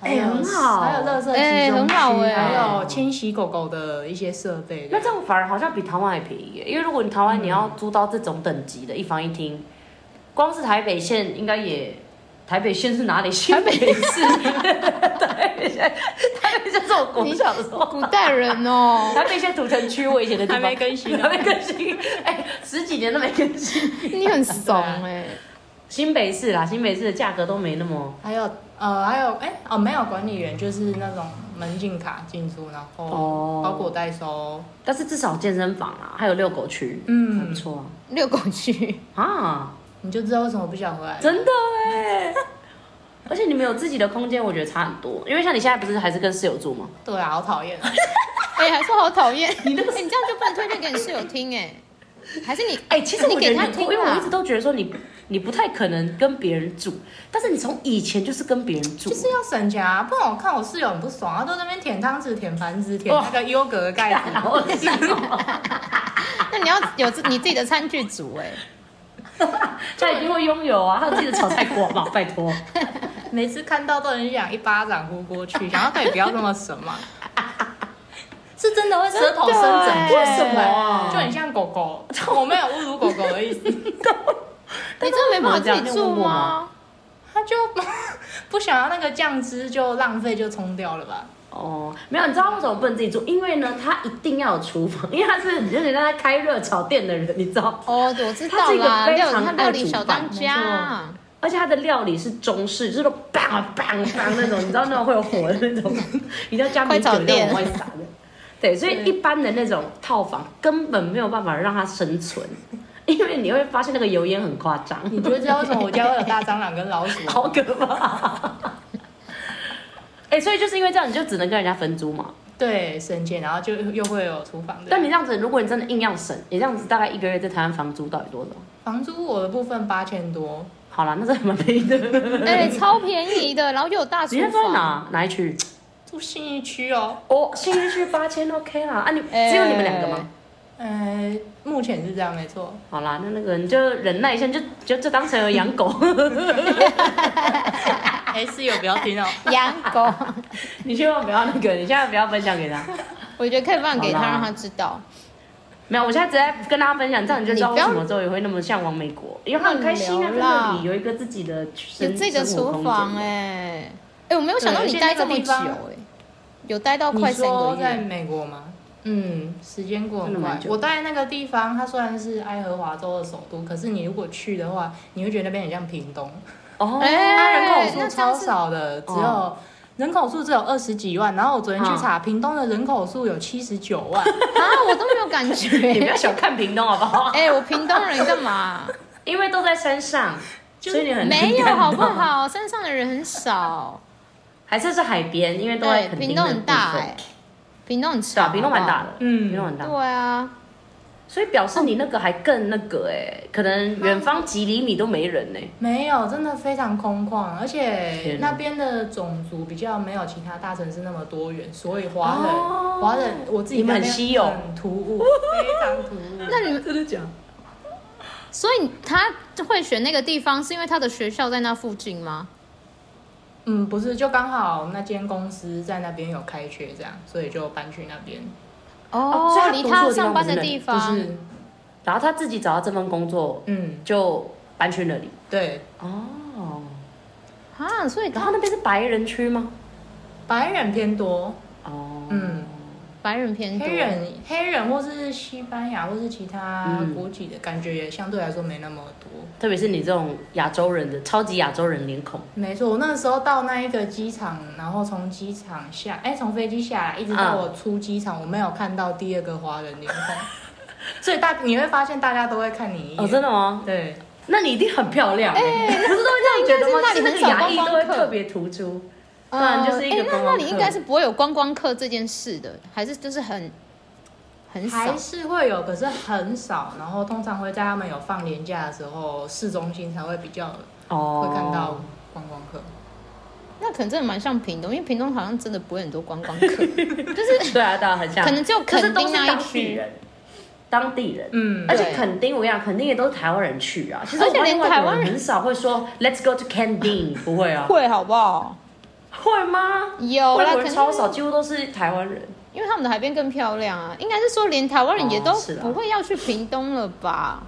Speaker 3: 还
Speaker 1: 哎
Speaker 3: 有
Speaker 1: 很好
Speaker 3: 还有垃圾集中区，
Speaker 2: 哎很好哎
Speaker 3: 还有清洗狗狗的一些设备。
Speaker 1: 那这样反而好像比台湾还便宜耶、因为如果你台湾你要租到这种等级的一房一厅，光是台北县应该也，台北县是哪里？台北
Speaker 3: [LAUGHS]
Speaker 1: 市，台北县， [LAUGHS] 台北县是我国小的时候。
Speaker 2: 古代
Speaker 1: [LAUGHS]
Speaker 2: 人哦，
Speaker 1: 台北县土城区，我以前的地方
Speaker 3: 还没更新呢
Speaker 1: 还没更新，哎、十几年都没更新。
Speaker 2: 你很
Speaker 1: 啊
Speaker 2: 怂哎。
Speaker 1: 新北市啦，新北市的价格都没那么
Speaker 3: 还有呃，还有哎、哦，没有管理员，就是那种门禁卡进出，然
Speaker 1: 哦
Speaker 3: 后包裹代收。
Speaker 1: 但是至少健身房啊，还有遛狗区，
Speaker 3: 嗯
Speaker 1: 还不错
Speaker 2: 遛狗去。
Speaker 1: 啊。啊，
Speaker 3: 你就知道为什么不想回来了。
Speaker 1: 真的
Speaker 3: [LAUGHS]
Speaker 1: 哎、而且你们有自己的空间，我觉得差很多。因为像你现在不是还是跟室友住吗？
Speaker 3: 对啊，
Speaker 1: [LAUGHS]
Speaker 3: 好讨厌啊。
Speaker 2: 哎、还说好讨厌，
Speaker 1: 你那
Speaker 2: 哎、你这样就不能推荐给你室友听哎、还是你
Speaker 1: 哎、其实
Speaker 2: 你
Speaker 1: 我觉
Speaker 2: 给
Speaker 1: 得
Speaker 2: 他
Speaker 1: 你
Speaker 2: 听
Speaker 1: 不，
Speaker 2: 啊
Speaker 1: 因为我一直 [LAUGHS] 都觉得说你你不太可能跟别人住，但是你从以前就是跟别人住，
Speaker 3: 就是要省钱啊，不然我看我室友很不爽，他都在那边舔汤匙、舔盘子、舔那个优格的盖子。
Speaker 1: 然 [LAUGHS] 后
Speaker 2: [LAUGHS] 那你要有自你自己的餐具组哎、
Speaker 1: 他一定会拥有啊，他有自己的炒菜锅嘛，拜托。
Speaker 3: 每次看到都很想一巴掌呼过去， [LAUGHS] 想要可以不要这么神嘛？ [LAUGHS] 是真的会舌头
Speaker 2: 真
Speaker 3: 伸
Speaker 2: 的
Speaker 3: 展，
Speaker 2: 欸为什
Speaker 1: 么啊
Speaker 3: 就很像狗狗，我没有侮辱狗狗的意 [LAUGHS] 思。
Speaker 2: 你真的没办法自己
Speaker 1: 那他会
Speaker 2: 住
Speaker 1: 问我
Speaker 2: 吗
Speaker 1: 吗？
Speaker 3: 他就 [LAUGHS] 不想要那个酱汁，就浪费就冲掉了吧？
Speaker 1: 哦，没有，你知道为什么不能自己住？因为呢，他一定要有厨房，因为他是有点像在开热炒店的人，你知道吗？
Speaker 2: 哦，我知
Speaker 1: 他
Speaker 2: 道
Speaker 1: 是一个
Speaker 2: 啦，
Speaker 1: 非
Speaker 2: 料
Speaker 1: 常
Speaker 2: 他
Speaker 1: 爱
Speaker 2: 料理
Speaker 1: 煮
Speaker 2: 小
Speaker 1: 饭
Speaker 2: 当
Speaker 1: 没
Speaker 2: 家，
Speaker 1: 而且它的料理是中式，就是那种 bang bang bang 那种，你知道那种会有火的那种，你知道加米酒那种会撒的。对，所以一般的那种套房根本没有办法让它生存，因为你会发现那个油烟很夸张，
Speaker 3: 你就知道为什么我家会有大蟑螂跟老 [LAUGHS] 鼠
Speaker 1: [LAUGHS] 好可怕。 [LAUGHS] 哎、所以就是因为这样，你就只能跟人家分租嘛。
Speaker 3: 对，省钱，然后就又会有厨房的
Speaker 1: 但。你这样子，如果你真的硬要省，你这样子大概一个月在台湾房租到底多少？
Speaker 3: 房租我的部分八千多，
Speaker 1: 好啦，那是蛮便宜的。
Speaker 2: 哎、超便宜的，然后又有大厨
Speaker 1: 你现在在
Speaker 2: 房。
Speaker 1: 哪哪一区？
Speaker 3: 住信义区哦。
Speaker 1: 哦，新一区八千 OK 啦。啊你，
Speaker 2: 哎
Speaker 1: 只有你们两个吗？
Speaker 3: 呃，目前是这样，没 [LAUGHS] 错。
Speaker 1: 好啦，那那个你就忍耐一下，你就就就当成养
Speaker 2: [LAUGHS]
Speaker 1: 狗。
Speaker 3: 哎，室友不要听哦。
Speaker 2: 养狗，
Speaker 1: 你千万不要那个，你千万不要分享给他。
Speaker 2: 我觉得可以放给他，
Speaker 1: 好啦
Speaker 2: 让他知
Speaker 1: [LAUGHS]
Speaker 2: 道。
Speaker 1: 没有，我现在只在跟大家分享，这样你就知道
Speaker 2: 你
Speaker 1: 为
Speaker 2: 不要
Speaker 1: 什么周也会那么向往美国，因为他很开心啊，
Speaker 2: 很
Speaker 1: 在
Speaker 2: 无聊啦
Speaker 1: 那里有一个自己的生
Speaker 2: 有这个
Speaker 1: 生活
Speaker 2: 厨
Speaker 1: 空
Speaker 2: 房
Speaker 1: 间
Speaker 2: 哎、哎、我没有想到你待这么
Speaker 1: 而且那个地
Speaker 2: 久哎、
Speaker 1: 方
Speaker 2: 有待到
Speaker 3: 你
Speaker 2: 快三
Speaker 3: 说
Speaker 2: 个
Speaker 3: 在
Speaker 2: 月。
Speaker 3: 美国吗？嗯，时间过
Speaker 1: 真
Speaker 3: 很
Speaker 1: 的蛮
Speaker 3: 快。
Speaker 1: 久的
Speaker 3: 我在那个地方，它虽然是爱荷华州的首都，可是你如果去的话，你会觉得那边很像屏东，
Speaker 1: 哦，
Speaker 2: 哎
Speaker 3: 它人口
Speaker 2: [LAUGHS] 那
Speaker 3: 数
Speaker 2: 这样
Speaker 3: 超
Speaker 2: 是
Speaker 3: 少的，只有
Speaker 1: 哦
Speaker 3: 人口数只有二十几万。然后我昨天去
Speaker 1: 嗯
Speaker 3: 查，屏东的人口数有七十九
Speaker 1: [LAUGHS]
Speaker 3: 万，
Speaker 2: 啊，我都没有感
Speaker 1: 你不要
Speaker 2: 觉。
Speaker 1: 小看屏东好不好？
Speaker 2: [LAUGHS] 哎、我屏东人干嘛、
Speaker 1: 因为都在山上，
Speaker 3: 就
Speaker 1: 所以你 [LAUGHS] 很
Speaker 2: 没有
Speaker 1: 难看
Speaker 2: 好不
Speaker 1: 到？
Speaker 2: 好？山上的人很少，
Speaker 1: 还是是海边，因为都在
Speaker 2: 对，
Speaker 1: 垦
Speaker 2: 屏
Speaker 1: 丁
Speaker 2: 东
Speaker 1: 的
Speaker 2: 很大
Speaker 1: 部分
Speaker 2: 哎、屏东很
Speaker 1: 对
Speaker 2: 长，
Speaker 1: 啊，屏东蛮大的，
Speaker 3: 嗯
Speaker 1: 屏东很
Speaker 2: 好
Speaker 1: 大
Speaker 2: 不好。，对啊，
Speaker 1: 所以表示你那个还更那个哎，可能远方几厘米都没人欸呢。
Speaker 3: 没有，真的非常空旷，而且
Speaker 1: 天哪
Speaker 3: 那边的种族比较没有其他大城市那么多元，所以华人，
Speaker 1: 哦
Speaker 3: 华、人我自己
Speaker 1: 你们很
Speaker 3: 那边
Speaker 1: 稀有
Speaker 3: 很突兀，非常突兀。
Speaker 2: 那你们
Speaker 1: 真的假？
Speaker 2: 所以他会选那个地方，是因为他的学校在那附近吗？
Speaker 3: 嗯，不是，就刚好那间公司在那边有开缺，这样，所以就搬去那边。
Speaker 1: 哦所以他
Speaker 2: 离
Speaker 1: 读书
Speaker 2: 他
Speaker 1: 的地方
Speaker 2: 上班
Speaker 1: 不是
Speaker 2: 的
Speaker 1: 那里
Speaker 2: 地
Speaker 3: 就
Speaker 2: 方，
Speaker 3: 是，
Speaker 1: 然后他自己找到这份工作，
Speaker 3: 嗯，
Speaker 1: 就搬去那里。
Speaker 3: 对，
Speaker 1: 哦，
Speaker 2: 啊，所以
Speaker 1: 然后
Speaker 2: 他
Speaker 1: 那边是白人区吗？
Speaker 3: 白人偏多，
Speaker 1: 哦，
Speaker 3: 嗯，
Speaker 2: 白人偏
Speaker 1: 嗯
Speaker 2: 多，
Speaker 3: 黑人、黑人或是西班牙或是其他
Speaker 1: 嗯
Speaker 3: 国籍的感觉也相对来说没那么多。
Speaker 1: 特别是你这种亚洲人的超级亚洲人脸
Speaker 2: 哦
Speaker 1: 孔，
Speaker 3: 没错，我那时候到那一个机场，然后从机场下，哎，从飞机下来，一直到
Speaker 1: 嗯
Speaker 3: 我出机场，我没有看到第二个华人脸孔， [LAUGHS] 所以大你会发现大家都会看你一眼。
Speaker 1: 嗯哦，真的吗？
Speaker 3: 对，
Speaker 1: 那你一定很漂亮哎、不是都会这样觉得吗？
Speaker 2: 那应
Speaker 1: 就是那
Speaker 2: 该是那
Speaker 1: 个
Speaker 2: 里
Speaker 1: 牙
Speaker 2: 很
Speaker 1: 医
Speaker 2: 少
Speaker 1: 都会
Speaker 2: 观光客
Speaker 1: 特别突出，不
Speaker 2: 呃，
Speaker 1: 然就是一个
Speaker 2: 诶那
Speaker 1: 观
Speaker 2: 那
Speaker 1: 光
Speaker 2: 里
Speaker 1: 客
Speaker 2: 应该是不会有观光客这件事的，还是就是很很少
Speaker 3: 还是会有，可是很少。然后通常会在他们有放年假的时候，市中心才会比较
Speaker 1: 哦
Speaker 3: 会看到观光客。
Speaker 2: 那可能真的蛮像屏东，因为屏东好像真的不会很多观
Speaker 1: [LAUGHS]
Speaker 2: 光客，就是
Speaker 1: 对啊，对啊，很像，
Speaker 2: 可能只有
Speaker 1: 可
Speaker 2: 垦
Speaker 1: 是都
Speaker 2: 丁
Speaker 1: 是
Speaker 2: 那
Speaker 1: 当
Speaker 2: 一
Speaker 1: 地
Speaker 2: 区，
Speaker 1: 人，当地人。
Speaker 3: 嗯
Speaker 1: 而，且
Speaker 2: 对
Speaker 1: 垦丁，我跟你讲，垦丁也都是台湾人去啊。其实
Speaker 2: 而
Speaker 1: 我
Speaker 2: 且
Speaker 1: 发现
Speaker 2: 连
Speaker 1: 外
Speaker 2: 台
Speaker 1: 国
Speaker 2: 湾
Speaker 1: 人
Speaker 2: 人
Speaker 1: 很少会说 “Let's go to 垦丁”，不会啊？
Speaker 2: 会好不好？
Speaker 1: 会吗？
Speaker 2: 有啊
Speaker 1: 外
Speaker 2: 啦，
Speaker 1: 国
Speaker 2: 肯
Speaker 1: 人
Speaker 2: 定
Speaker 1: 超少，几乎都是台湾人。
Speaker 2: 因为他们的海边更漂亮啊。应该是说连台湾人也都
Speaker 1: 哦是啊
Speaker 2: 不会要去屏东了
Speaker 1: [LAUGHS]
Speaker 2: 吧？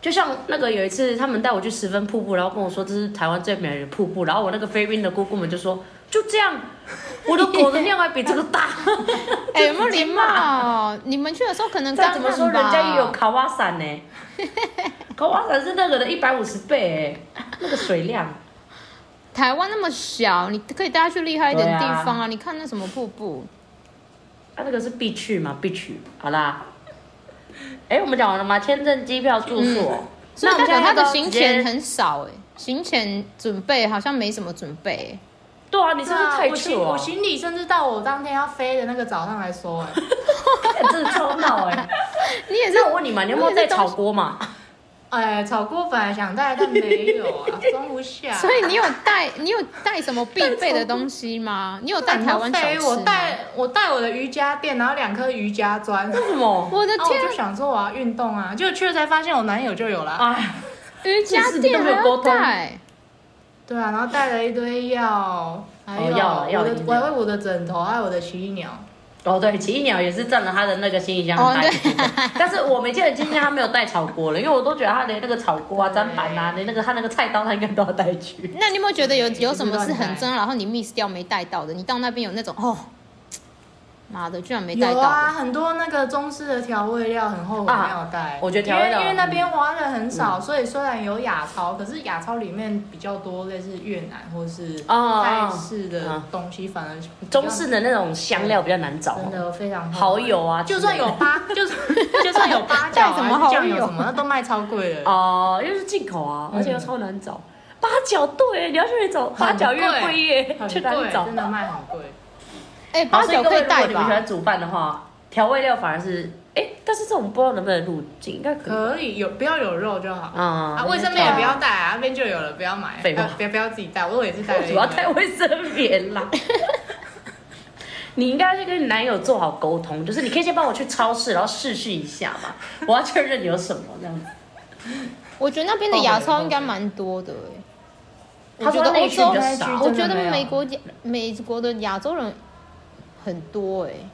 Speaker 1: 就像那个有一次，他们带我去十分瀑布，然后跟我说这是台湾最美的瀑布，然后我那个菲律宾的姑姑们就说就这样，我的狗的量还比这个大，
Speaker 2: 哎、有没有礼貌？你们去的时候可能
Speaker 1: 再
Speaker 2: 刚
Speaker 1: 怎
Speaker 2: 看
Speaker 1: 么
Speaker 2: 吧。
Speaker 1: 说人家也有卡哇伞呢，卡哇伞是那个的一百五十倍哎、那个水量，啊
Speaker 2: 台湾那么小，你可以带他去厉害一点的地
Speaker 1: 对啊
Speaker 2: 方啊！你看那什么瀑布，
Speaker 1: 啊那个是必去嘛必去，好啦，哎、我们讲完了吗？签证、机票、住宿哦、
Speaker 2: 所
Speaker 1: 那
Speaker 2: 以
Speaker 1: 我
Speaker 2: 代
Speaker 1: 们现在
Speaker 2: 表他
Speaker 1: 要不
Speaker 2: 的
Speaker 1: 要
Speaker 2: 行
Speaker 1: 直
Speaker 2: 前
Speaker 1: 接
Speaker 2: 很少哎、行前准备好像没什么准备、欸。
Speaker 1: 对啊，你是不是太
Speaker 3: 我
Speaker 1: 去
Speaker 3: 行
Speaker 1: 了、
Speaker 3: 我行李甚至到我当天要飞的那个早上来说、哎
Speaker 1: 看真的超闹哎、
Speaker 2: 你也是
Speaker 1: 那我问你嘛，你有没有带炒锅嘛？
Speaker 2: [LAUGHS]
Speaker 3: 哎，炒锅本来想带，但没有啊，装不下。
Speaker 2: 所以你有带你有带什么必备的东西
Speaker 1: 哦
Speaker 2: 吗？你有带台湾小吃
Speaker 3: 飞，
Speaker 2: 吗
Speaker 3: 我带我带我的瑜伽垫，然后两颗瑜伽砖。
Speaker 1: 为什
Speaker 2: [LAUGHS]
Speaker 1: 么？
Speaker 2: 我的
Speaker 3: 然后我
Speaker 2: 天
Speaker 1: 哦
Speaker 3: 就，想说我要运动啊，结果去了才发现我男友就有
Speaker 2: 哦
Speaker 3: 啦。
Speaker 1: 哎。
Speaker 2: 瑜伽
Speaker 1: 是你
Speaker 2: 垫
Speaker 1: 都
Speaker 2: 啊还
Speaker 1: 没有
Speaker 2: 要
Speaker 1: 沟通
Speaker 2: 带，
Speaker 3: 对啊，然后带了一堆药，还有
Speaker 1: 哦药啊药
Speaker 3: 我的
Speaker 1: 一定
Speaker 3: 我
Speaker 1: 要
Speaker 3: 还有我的枕头，还有我的奇异鸟。
Speaker 1: 哦，对，奇异鸟也是占了他的那个行李箱
Speaker 2: 哦
Speaker 1: 很大一部分，
Speaker 3: [LAUGHS]
Speaker 1: 但是我没记得今天他没有带炒锅了，因为我都觉得他连那个炒锅啊、砧板啊、连那个他那个菜刀，他应该都要带去。
Speaker 2: 那你有没有觉得有有什么是
Speaker 3: 就是
Speaker 2: 很
Speaker 1: [LAUGHS]
Speaker 3: 乱带
Speaker 2: 重要，然后你 miss 掉没带到的？你到那边有那种哦，妈的，居然没带
Speaker 3: 有
Speaker 2: 到的
Speaker 3: 啊，很多那个中式的调味料，很后悔没有带、
Speaker 1: 啊我觉得调味料嗯
Speaker 3: 因为因为那边华人很少，所以虽然有亚超，可是亚超里面比较多类似越南或是
Speaker 1: 哦
Speaker 3: 泰式的
Speaker 1: 哦
Speaker 3: 东西，反而比较
Speaker 1: 中式的那种香料比较难找
Speaker 3: 真
Speaker 1: 哦，
Speaker 3: 的非常后
Speaker 1: 蚝
Speaker 3: 悔。
Speaker 1: 油啊之类
Speaker 3: 就
Speaker 1: 的，
Speaker 3: 算有八，就算就算有八角
Speaker 2: 带什么
Speaker 3: 啊、
Speaker 2: 蚝
Speaker 3: 酱
Speaker 2: 油
Speaker 3: 油
Speaker 1: [LAUGHS]
Speaker 3: 什么，那都卖超贵了。
Speaker 1: 哦，又是进口啊，
Speaker 3: 嗯
Speaker 1: 而且又超难找。八角对，你要去那种
Speaker 3: 很贵
Speaker 1: 八角越贵耶，
Speaker 3: 很
Speaker 1: 去
Speaker 3: 贵，哦
Speaker 1: 哪里找
Speaker 3: 真？的卖很贵。
Speaker 2: 哎、
Speaker 1: 好
Speaker 2: 八
Speaker 1: 所以
Speaker 2: 角
Speaker 1: 各
Speaker 2: 可
Speaker 1: 位
Speaker 2: 以
Speaker 1: 如果
Speaker 2: 带
Speaker 1: 你们喜
Speaker 2: 吧？
Speaker 1: 欢煮饭的话，调味料反而是哎，但是这种不知道能不能入境，应该可以。
Speaker 3: 可以有不要有肉就好。
Speaker 1: 嗯啊
Speaker 3: 啊，卫生棉也不要带啊，那边就有了，不要买，
Speaker 1: 废话
Speaker 3: 啊不要不要自己带，我也是带了
Speaker 1: [LAUGHS] 我
Speaker 3: 一
Speaker 1: 主要
Speaker 3: 个。
Speaker 1: 带卫生棉 [LAUGHS] 啦。你应该去跟你男友做好沟通，就是你可以先帮我去超市，然后试试一下 [LAUGHS] 嘛，我要确认有什么这样子。
Speaker 2: 我觉得那边
Speaker 1: 哦
Speaker 2: 的牙超应该蛮多的、欸，
Speaker 1: 他
Speaker 2: 我
Speaker 1: 说
Speaker 2: 觉得
Speaker 1: 内
Speaker 2: 欧
Speaker 1: 需比
Speaker 2: 洲
Speaker 1: 较少，
Speaker 2: 我
Speaker 3: 真
Speaker 2: 觉
Speaker 3: 的
Speaker 2: 得
Speaker 3: 没有
Speaker 2: 美国亚美国的亚洲人很多哎、欸，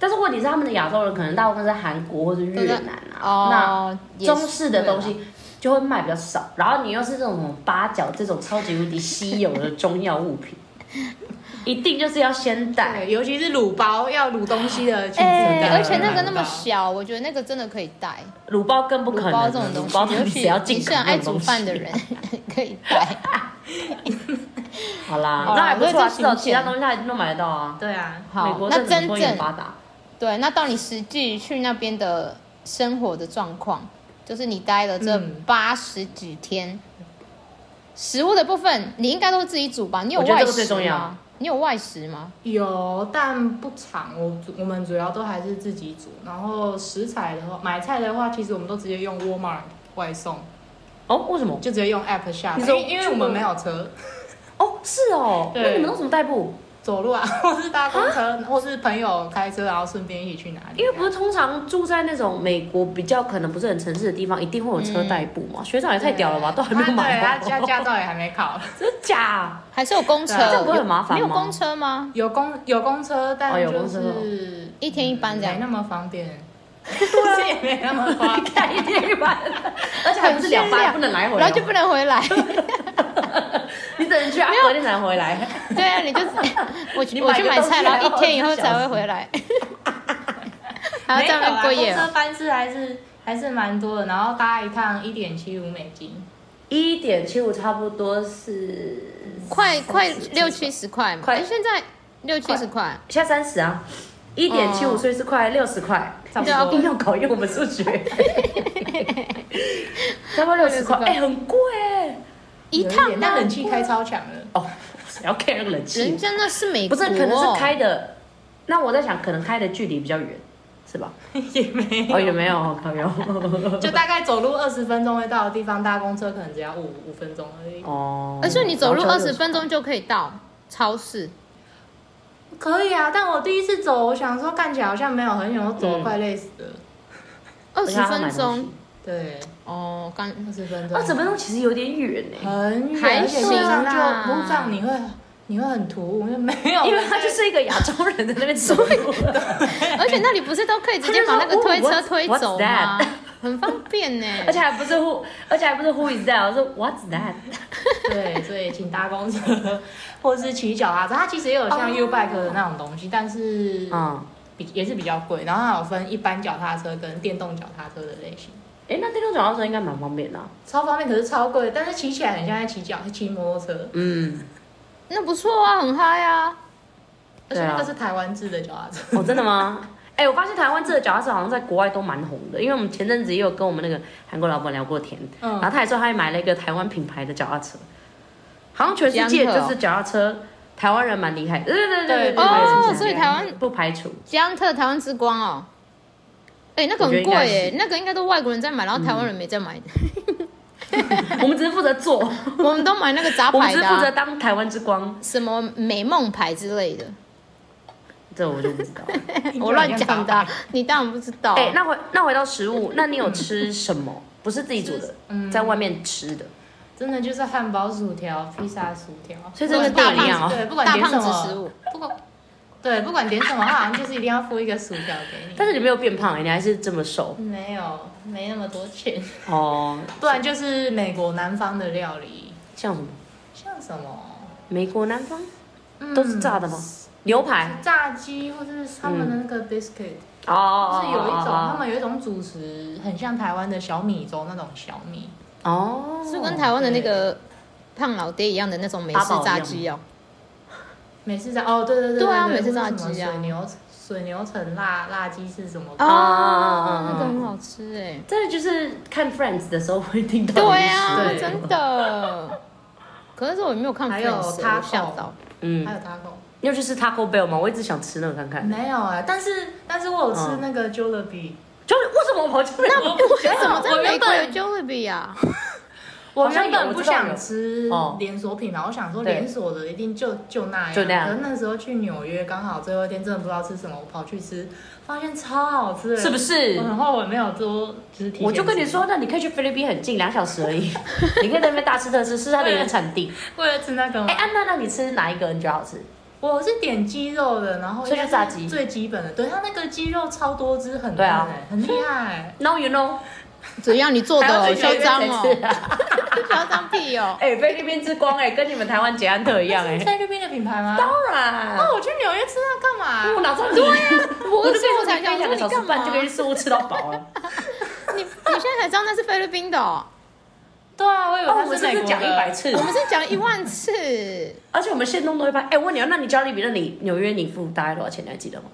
Speaker 1: 但是问题是他们的亚洲人可能大部分是韩国或者越南啊，
Speaker 2: 哦，
Speaker 1: 那
Speaker 2: 也是啊
Speaker 1: 中式的东西就会卖比较少，然后你又是这种什么八角这种超级无敌稀有的中药物
Speaker 2: [LAUGHS]
Speaker 1: 品，一定就是要先带。
Speaker 3: 对，尤其是卤包要卤东西的，
Speaker 2: 对啦。哎、
Speaker 3: 哎，
Speaker 2: 而且那个那么小，我觉得那个真的可以带。
Speaker 1: 卤包更不可
Speaker 2: 卤
Speaker 1: 能，
Speaker 2: 包这种东
Speaker 1: 卤包
Speaker 2: 西，
Speaker 1: 他
Speaker 2: 尤
Speaker 1: 们谁要进
Speaker 2: 其你
Speaker 1: 口
Speaker 2: 是很爱
Speaker 1: 那种
Speaker 2: 煮
Speaker 1: 东西
Speaker 2: 饭的人， [LAUGHS] 可以带。
Speaker 1: 好啦，
Speaker 2: 好啦
Speaker 1: 那还不错
Speaker 2: 我
Speaker 1: 啊，
Speaker 2: 也是
Speaker 1: 至少
Speaker 2: 行
Speaker 1: 其他东西他都买得到啊。
Speaker 3: 对啊，
Speaker 2: 好
Speaker 1: 美国
Speaker 2: 那
Speaker 1: 这怎么
Speaker 2: 真
Speaker 1: 说也
Speaker 2: 正
Speaker 1: 发啊达，
Speaker 2: 对，那到你实际去那边的生活的状况，就是你待了这
Speaker 3: 嗯
Speaker 2: 八十几天，食物的部分你应该都是自己煮吧？你有
Speaker 1: 我觉得
Speaker 2: 外
Speaker 1: 这个最
Speaker 2: 食
Speaker 1: 重要
Speaker 2: 吗？你有外食吗？
Speaker 3: 有，但不常。我主我们主要都还是自己煮，然后食材的话，买菜的话，其实我们都直接用 Walmart 外送，
Speaker 1: 哦，为什么？
Speaker 3: 就直接用 App 下
Speaker 1: 你
Speaker 3: 单，
Speaker 1: 说
Speaker 3: 因为因为我们没有车，
Speaker 1: 哦，是哦，
Speaker 3: 对
Speaker 1: 那你们都怎么代步？
Speaker 3: 走路
Speaker 1: [LAUGHS]
Speaker 3: 啊，或是搭公车，或是朋友开车，然后顺便一起去哪里。
Speaker 1: 啊
Speaker 3: 啊
Speaker 1: 因为不是通常住在那种美国比较可能不是很城市的地方，一定会有车代步嘛？学长也太屌了吧，
Speaker 3: 啊对
Speaker 1: 都还没有买
Speaker 3: 他对他啊
Speaker 1: 到，
Speaker 3: 驾驾照也还没考，
Speaker 1: 真的 [LAUGHS] 假？
Speaker 2: 还是有公车？
Speaker 3: 对啊
Speaker 1: 这样不会很麻烦
Speaker 2: 有没
Speaker 1: 吗
Speaker 2: 有公车吗？
Speaker 3: 有公有公车，
Speaker 1: 哦
Speaker 3: 但
Speaker 1: 有
Speaker 3: 就
Speaker 1: 公车
Speaker 3: 是
Speaker 2: 一天一班这
Speaker 1: 嗯
Speaker 2: 样
Speaker 3: 没那么方便，对，也没那么
Speaker 1: [LAUGHS]
Speaker 3: 方便。
Speaker 1: 啊看一天一晚，而且还不是两班，不能来回哦，
Speaker 2: 然后就不能回来。
Speaker 1: [LAUGHS] 你只能去阿哥那才回来。
Speaker 2: 对啊，你就是
Speaker 1: [LAUGHS]
Speaker 2: 我
Speaker 1: 你
Speaker 2: 去
Speaker 1: 买
Speaker 2: 我去
Speaker 1: 个
Speaker 2: 买
Speaker 1: 东西
Speaker 2: 菜，然
Speaker 1: 还
Speaker 2: 后
Speaker 1: 要
Speaker 2: 一天以后
Speaker 1: 24小时
Speaker 2: 才会回来，还要在那边过夜
Speaker 3: 没有啊公
Speaker 2: 哦。
Speaker 3: 车班次还是还是蛮多的，然后搭一趟一点七五美金，
Speaker 1: 一点七五差不多是
Speaker 2: 快快六七十块嘛，
Speaker 1: 快
Speaker 2: 哎，现在六七十块，
Speaker 1: 现在三十啊，一点七五
Speaker 2: 哦
Speaker 1: 所以是快六十块，差不
Speaker 2: 对啊
Speaker 1: 多。硬要考验我们数学，差不多六十
Speaker 2: [LAUGHS]
Speaker 1: 块，
Speaker 2: 60块
Speaker 1: 哎、很贵哎、
Speaker 2: 一
Speaker 3: 有
Speaker 2: 趟
Speaker 3: 点
Speaker 2: 当
Speaker 3: 那
Speaker 2: 然
Speaker 3: 冷气开超
Speaker 1: [LAUGHS]
Speaker 3: 强了。
Speaker 1: 哦，谁要 care 那个冷气
Speaker 2: 人？真的是美
Speaker 1: 不
Speaker 2: 国
Speaker 1: 是，
Speaker 2: 哦，
Speaker 1: 可能是开的。那我在想，可能开的距离比较远，是吧？
Speaker 3: 也没
Speaker 1: 哦，也没有，哦
Speaker 2: [LAUGHS]
Speaker 1: 没有。
Speaker 3: 就大概走路二十分钟会到的地方，搭公车可能只要五五分钟而已。
Speaker 1: 哦，
Speaker 2: 而且你走路
Speaker 1: 然后
Speaker 2: 二
Speaker 1: 就
Speaker 2: 十分钟就可以到超市，
Speaker 3: 可以啊，但我第一次走，我想说看起来好像没有很远，我走
Speaker 1: 嗯
Speaker 3: 得快累死了。
Speaker 1: 等
Speaker 2: 二
Speaker 1: 一
Speaker 2: 十
Speaker 1: 下啊他买
Speaker 2: 分
Speaker 1: 东西
Speaker 2: 钟
Speaker 3: 对，
Speaker 2: 哦，刚
Speaker 3: 二十分钟，
Speaker 1: 二十分钟其啊实有点远欸呢、
Speaker 3: 很远，
Speaker 2: 还
Speaker 3: 而且
Speaker 2: 行
Speaker 3: 路上
Speaker 2: 啦
Speaker 3: 就路上你会你会很突兀，因为没有，
Speaker 1: 因为
Speaker 2: 欸
Speaker 1: 他就是一个亚洲人在那边走路，
Speaker 2: 而且那里不是都可以直接把
Speaker 1: [LAUGHS]
Speaker 2: 那个推
Speaker 1: 哦
Speaker 2: 车推走吗
Speaker 1: What's that？？
Speaker 2: [LAUGHS] 很方便呢，
Speaker 1: 而且还不是 who，而且还不是 who is that，我说 what's that？
Speaker 3: [LAUGHS] 对，所以请搭公车或是骑脚踏车，它其实也有像
Speaker 1: 哦
Speaker 3: U bike 的那种东西，但是
Speaker 1: 嗯，
Speaker 3: 比也是比较贵。然后它有分一般脚踏车跟电动脚踏车的类型，
Speaker 1: 哎、那电动脚踏车应该蛮方便的啊、
Speaker 3: 超方便，可是超贵，但是骑起来很像在骑脚骑摩托车，
Speaker 1: 嗯。
Speaker 2: 那不错啊，很嗨啊。
Speaker 3: 而
Speaker 1: 对啊
Speaker 3: 且那个是台湾制的脚踏车。
Speaker 1: 哦，真的吗？ [LAUGHS] 哎、我发现台湾这个脚踏车好像在国外都蛮红的，因为我们前阵子也有跟我们那个韩国老板聊过天，
Speaker 3: 嗯
Speaker 1: 然后他也说他还买了一个台湾品牌的脚踏车，好像全世界就是脚踏车，台湾人蛮厉害的，对对对
Speaker 3: 对
Speaker 1: 对，
Speaker 2: 哦，
Speaker 3: 对
Speaker 2: 所以台湾
Speaker 1: 不排除。
Speaker 2: 捷安特台湾之光哦，哎、那个很
Speaker 1: 我觉
Speaker 2: 贵
Speaker 1: 得应该嗯
Speaker 2: 哎，那个应该都外国人在买，然后台湾人没在买，
Speaker 1: 我们只是负责做，
Speaker 2: [LAUGHS] 我们都买那个杂
Speaker 1: 我们
Speaker 2: 牌
Speaker 1: 只是
Speaker 2: 啊的、
Speaker 1: 负责
Speaker 2: 啊，
Speaker 1: 当台湾之光，
Speaker 2: 什么美梦牌之类的，
Speaker 1: 这我就不知
Speaker 2: [LAUGHS]
Speaker 1: 道了。
Speaker 2: 我乱讲的啊、 [LAUGHS] 你当然不知道啊、
Speaker 1: 哎、那回那回到食物，那你有吃什么？不是自己煮的，
Speaker 2: 嗯
Speaker 1: 嗯在外面吃的，
Speaker 3: 真的就是汉堡、薯条、披萨、薯条，
Speaker 1: 所以
Speaker 2: 这
Speaker 1: 这
Speaker 2: 个
Speaker 1: 跟
Speaker 2: 大
Speaker 1: 大
Speaker 2: 胖
Speaker 1: 一
Speaker 2: 子
Speaker 1: 样哦。
Speaker 3: 对，不管
Speaker 2: 大
Speaker 3: 点什
Speaker 2: 胖子
Speaker 3: 么
Speaker 2: 食物，
Speaker 3: 不管对，不管点什么，它好像就是一定要付一个薯条给你。
Speaker 1: [LAUGHS] 但是你没有变胖、你还是这么瘦
Speaker 3: 没有，没那么多钱，
Speaker 1: 哦。
Speaker 3: [LAUGHS] 不然就是美国南方的料理，
Speaker 1: 像什么？
Speaker 3: 像什么。
Speaker 1: 美国南方
Speaker 3: 嗯
Speaker 1: 都是炸的吗？牛排
Speaker 3: 炸鸡或者是他们的那个 biscuit，、
Speaker 1: 哦，
Speaker 3: 就是有一种、他们有一种主食很像台湾的小米粥那种小米，
Speaker 1: 哦，
Speaker 2: 是跟台湾的那个胖老爹一样的那种美式炸鸡哦，
Speaker 3: 美式炸哦，对对对
Speaker 2: 对啊
Speaker 3: 对
Speaker 2: 美式炸鸡啊
Speaker 3: 或者什么水牛水牛城辣辣鸡是什么？
Speaker 2: 哦，
Speaker 1: 啊
Speaker 2: 那个很好吃哎，
Speaker 1: 真的就是看 Friends 的时候会听到的
Speaker 2: 对啊，
Speaker 1: 名字
Speaker 2: 真，的。 [LAUGHS] 可是我也没有看 Friends，
Speaker 3: 还有
Speaker 2: 我
Speaker 3: taco
Speaker 2: 吓到。
Speaker 1: 嗯
Speaker 3: 还，有 taco
Speaker 1: 你有去吃 Taco Bell 吗？我一直想吃那个看看。
Speaker 3: 没有啊，但是但是我有吃
Speaker 1: 嗯
Speaker 3: 那个 j o l l i b e
Speaker 1: 就是为什么我就
Speaker 2: 那
Speaker 1: 我
Speaker 2: 为哎什么在
Speaker 3: 我
Speaker 2: 美
Speaker 3: 原
Speaker 2: 国有
Speaker 3: 本
Speaker 2: Jollibee 啊？
Speaker 3: 我
Speaker 1: 好像
Speaker 3: 原
Speaker 1: 有
Speaker 3: 本
Speaker 1: 我
Speaker 3: 不
Speaker 1: 知道
Speaker 3: 想
Speaker 1: 有
Speaker 3: 吃
Speaker 1: 哦
Speaker 3: 连锁品牌，我想说
Speaker 1: 对
Speaker 3: 连锁的一定就就那样。
Speaker 1: 就那样
Speaker 3: 可是那时候去纽约，刚好最后一天真的不知道吃什么，我跑去吃，发现超好吃的，
Speaker 1: 是不是？
Speaker 3: 然后我没有多，就是提前
Speaker 1: 我就跟你
Speaker 3: 吃
Speaker 1: 说，那你可以去菲律宾，很近，两小时而 [LAUGHS] 已。你可以在那边大吃特吃，是它的原产 [LAUGHS] 地。
Speaker 3: 为了吃那个吗，
Speaker 1: 哎，安娜，那你吃哪一个你觉得好吃？
Speaker 3: 我是点鸡肉的，然后
Speaker 1: 所以就炸鸡
Speaker 3: 应该是最基本的，对它那个鸡肉超多汁，很
Speaker 1: 对啊。
Speaker 3: 嫩欸很厉害
Speaker 1: No, you know，
Speaker 2: 怎样？你做的
Speaker 1: 还
Speaker 2: 好
Speaker 1: 要去
Speaker 2: 嚣张
Speaker 1: 菲律宾
Speaker 2: 哦
Speaker 1: 才吃，啊
Speaker 2: [LAUGHS] 嚣张屁哦！
Speaker 1: [LAUGHS] 哎，菲律宾之光哎，跟你们台湾捷安特一样哎
Speaker 3: 是。菲律宾的品牌吗？
Speaker 1: [LAUGHS]
Speaker 3: 哦
Speaker 1: 当然，
Speaker 3: 那我去纽约吃它干
Speaker 1: 我
Speaker 3: 嘛？
Speaker 1: 哪知道你？对呀，
Speaker 2: 我
Speaker 1: 就
Speaker 2: 所以我
Speaker 1: 跟
Speaker 2: 才
Speaker 1: 你说，两
Speaker 2: 想说
Speaker 1: 个
Speaker 2: 你
Speaker 1: 小时
Speaker 2: 干
Speaker 1: 半就可以
Speaker 2: 嘛
Speaker 1: 去？食物吃到饱了。
Speaker 2: 你你现在才知道那是菲律宾的哦，
Speaker 3: 对啊，我以为
Speaker 1: 哦，我
Speaker 3: 它
Speaker 1: 们
Speaker 3: 是
Speaker 1: 是不
Speaker 3: 美
Speaker 1: 是
Speaker 3: 国
Speaker 1: 讲一百
Speaker 3: 的。
Speaker 1: 次
Speaker 2: 我？们是讲一万次，
Speaker 1: 而且我们现东都会拍。哎，我问你啊，那你 Jollibee，那你纽约你付大概多少钱？你还记得吗？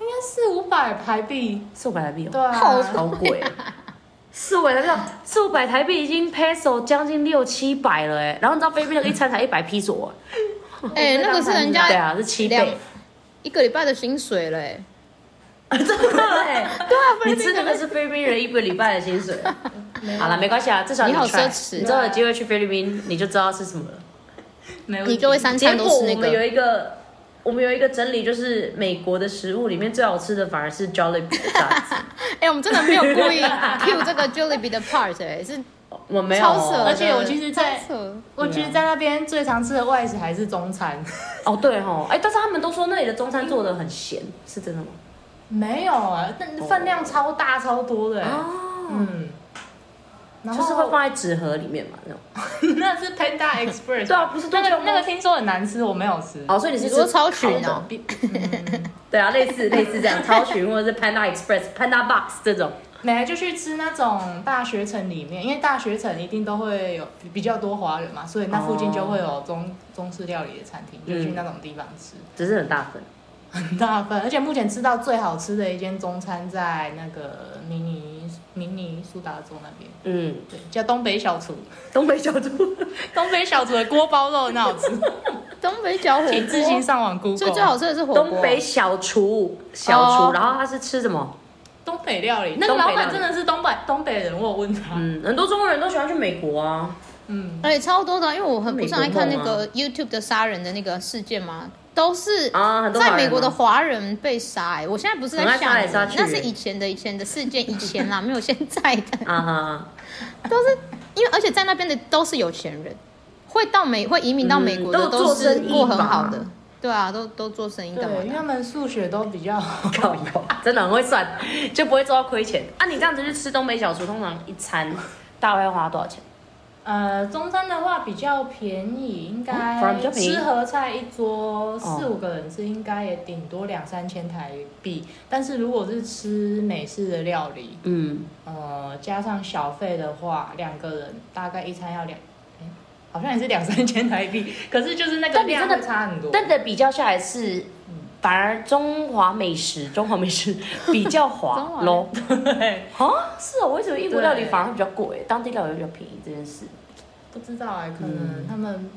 Speaker 3: 应该四五百台币，
Speaker 1: 四五百台币
Speaker 3: 对
Speaker 1: 哦，
Speaker 3: 啊，
Speaker 2: 好
Speaker 1: 好贵欸。四五百台币，哦四五百台币已经 peso 将近六七百了哎。然后你知道菲律宾那个一餐才一百披索欸，
Speaker 2: 哎，那个是人
Speaker 1: 对
Speaker 2: 家
Speaker 1: 啊，是七
Speaker 2: 两
Speaker 1: 倍。
Speaker 2: 一个礼拜的薪水嘞。
Speaker 1: [LAUGHS] 真的哎，
Speaker 2: 对啊，菲
Speaker 1: 你
Speaker 2: 律宾
Speaker 1: 吃那个是菲律宾人一个礼拜的薪水。好了，没关系啊，至少
Speaker 2: 你好
Speaker 1: try
Speaker 2: 奢侈
Speaker 1: 你之后有机会去菲律宾，你就知道是什么了。
Speaker 3: 没问题
Speaker 2: 你各位三
Speaker 1: 结
Speaker 2: 餐
Speaker 1: 果
Speaker 2: 都是
Speaker 1: 我
Speaker 2: 那
Speaker 1: 们有
Speaker 2: 个，
Speaker 1: 一个，我们有一个整理，就是美国的食物里面最好吃的反而是 Jollibee 的炸
Speaker 2: [LAUGHS]
Speaker 1: 鸡。
Speaker 2: 哎，我们真的没有故意 [LAUGHS] cue 这个 Jollibee 的 part，哎，是
Speaker 1: 我没有
Speaker 2: 超扯
Speaker 1: 哦，
Speaker 2: 的。
Speaker 3: 而且我其实在
Speaker 2: 超扯
Speaker 3: 我
Speaker 1: 啊
Speaker 3: 觉得在那边最常吃的外食还是中餐， [LAUGHS]
Speaker 1: 哦对吼，哎，但是他们都说那里的中餐做的很咸，是真的吗？
Speaker 3: 没有啊，那分量超大超多的欸，
Speaker 1: 哦，
Speaker 3: 嗯，然
Speaker 1: 就是
Speaker 3: 后 [LAUGHS]
Speaker 1: 会放在纸盒里面嘛那种。
Speaker 3: 那是 Panda Express，
Speaker 1: 对啊，不是都
Speaker 3: 那个
Speaker 1: 叫
Speaker 3: 那个听说很难吃，我没有吃。
Speaker 1: 哦，所以你是
Speaker 2: 你说
Speaker 1: 吃
Speaker 2: 超群
Speaker 1: 烤的
Speaker 2: 哦，
Speaker 3: 比嗯
Speaker 1: [LAUGHS] 对啊，类似类似这样超群或者是 Panda Express、Panda Box 这种。
Speaker 3: 本来就去吃那种大学城里面，因为大学城一定都会有比较多华人嘛，所以那附近就会有中、中式料理的餐厅，就去那种地方吃，
Speaker 1: 只是很大份。
Speaker 2: 嗯
Speaker 3: 很大份。而且目前吃到最好吃的一间中餐在那个迷你迷你苏达州那边，
Speaker 1: 嗯，
Speaker 3: 对，叫东北小厨，
Speaker 1: 东北小猪，
Speaker 3: 东北小厨的锅包肉很好吃，
Speaker 2: 东北角火
Speaker 3: 请自行
Speaker 2: 锅，
Speaker 3: 上网 Google。
Speaker 2: 所以最好吃的是火锅。
Speaker 1: 东北小厨，小厨，
Speaker 2: 哦
Speaker 1: 然后他是吃什么？
Speaker 3: [LAUGHS] 东北料理，那个
Speaker 1: 东北
Speaker 3: 老
Speaker 1: 料
Speaker 3: 板
Speaker 1: 理
Speaker 3: 真的是东北东北人，我有问他，
Speaker 1: 嗯，很多中国人都喜欢去美国啊。
Speaker 3: 嗯
Speaker 2: 而且哎超多的，因为我很
Speaker 1: 美
Speaker 2: 不
Speaker 1: 国
Speaker 2: 是很爱看那
Speaker 1: 梦啊
Speaker 2: 个 YouTube 的杀人的那个事件嘛，都是
Speaker 1: 啊很多华人
Speaker 2: 在
Speaker 1: 吗
Speaker 2: 美国的华人被杀、欸。我现在不是在
Speaker 1: 很爱杀
Speaker 2: 吓
Speaker 1: 来
Speaker 2: 你
Speaker 1: 杀去
Speaker 2: 那是以前的以前的事件，以前啦，没有现在的，
Speaker 1: 啊哈，
Speaker 2: 都是因为而且在那边的都是有钱人，会到美会移民到美国
Speaker 1: 嗯
Speaker 2: 的、
Speaker 1: 都有
Speaker 2: 都
Speaker 1: 做
Speaker 2: 是
Speaker 1: 生意
Speaker 2: 过很好的
Speaker 1: 吧，
Speaker 2: 对啊，都都做生意
Speaker 3: 对
Speaker 2: 干嘛，
Speaker 3: 因为
Speaker 2: 的？
Speaker 3: 他们数学都比较好。
Speaker 1: 靠油，真的很会算， [LAUGHS] 就不会做到亏钱。啊，你这样子去吃东北小厨，通常一餐大概要花多少钱？
Speaker 3: 呃，中餐的话比较便宜，应
Speaker 1: 哦反而
Speaker 3: 该
Speaker 1: 比较便宜
Speaker 3: 吃合菜一桌四五个人吃，应该也顶多两三千台币。但是如果是吃美式的料理，
Speaker 1: 嗯，
Speaker 3: 呃，加上小费的话，两个人大概一餐要两，诶好像也是两三千台币。可是就是那个
Speaker 1: 但你
Speaker 3: 量
Speaker 1: 真的
Speaker 3: 会差很多。
Speaker 1: 但的比较下来是，反而中华美食，中华美 [LAUGHS] 食比较
Speaker 2: 中华
Speaker 1: 滑
Speaker 2: 美
Speaker 1: 喽。
Speaker 3: 对，
Speaker 1: 啊，是哦，为什么异国料理
Speaker 3: 对
Speaker 1: 反而会比较贵，当地料理比较便宜这件事？
Speaker 3: 不知道哎、可能他们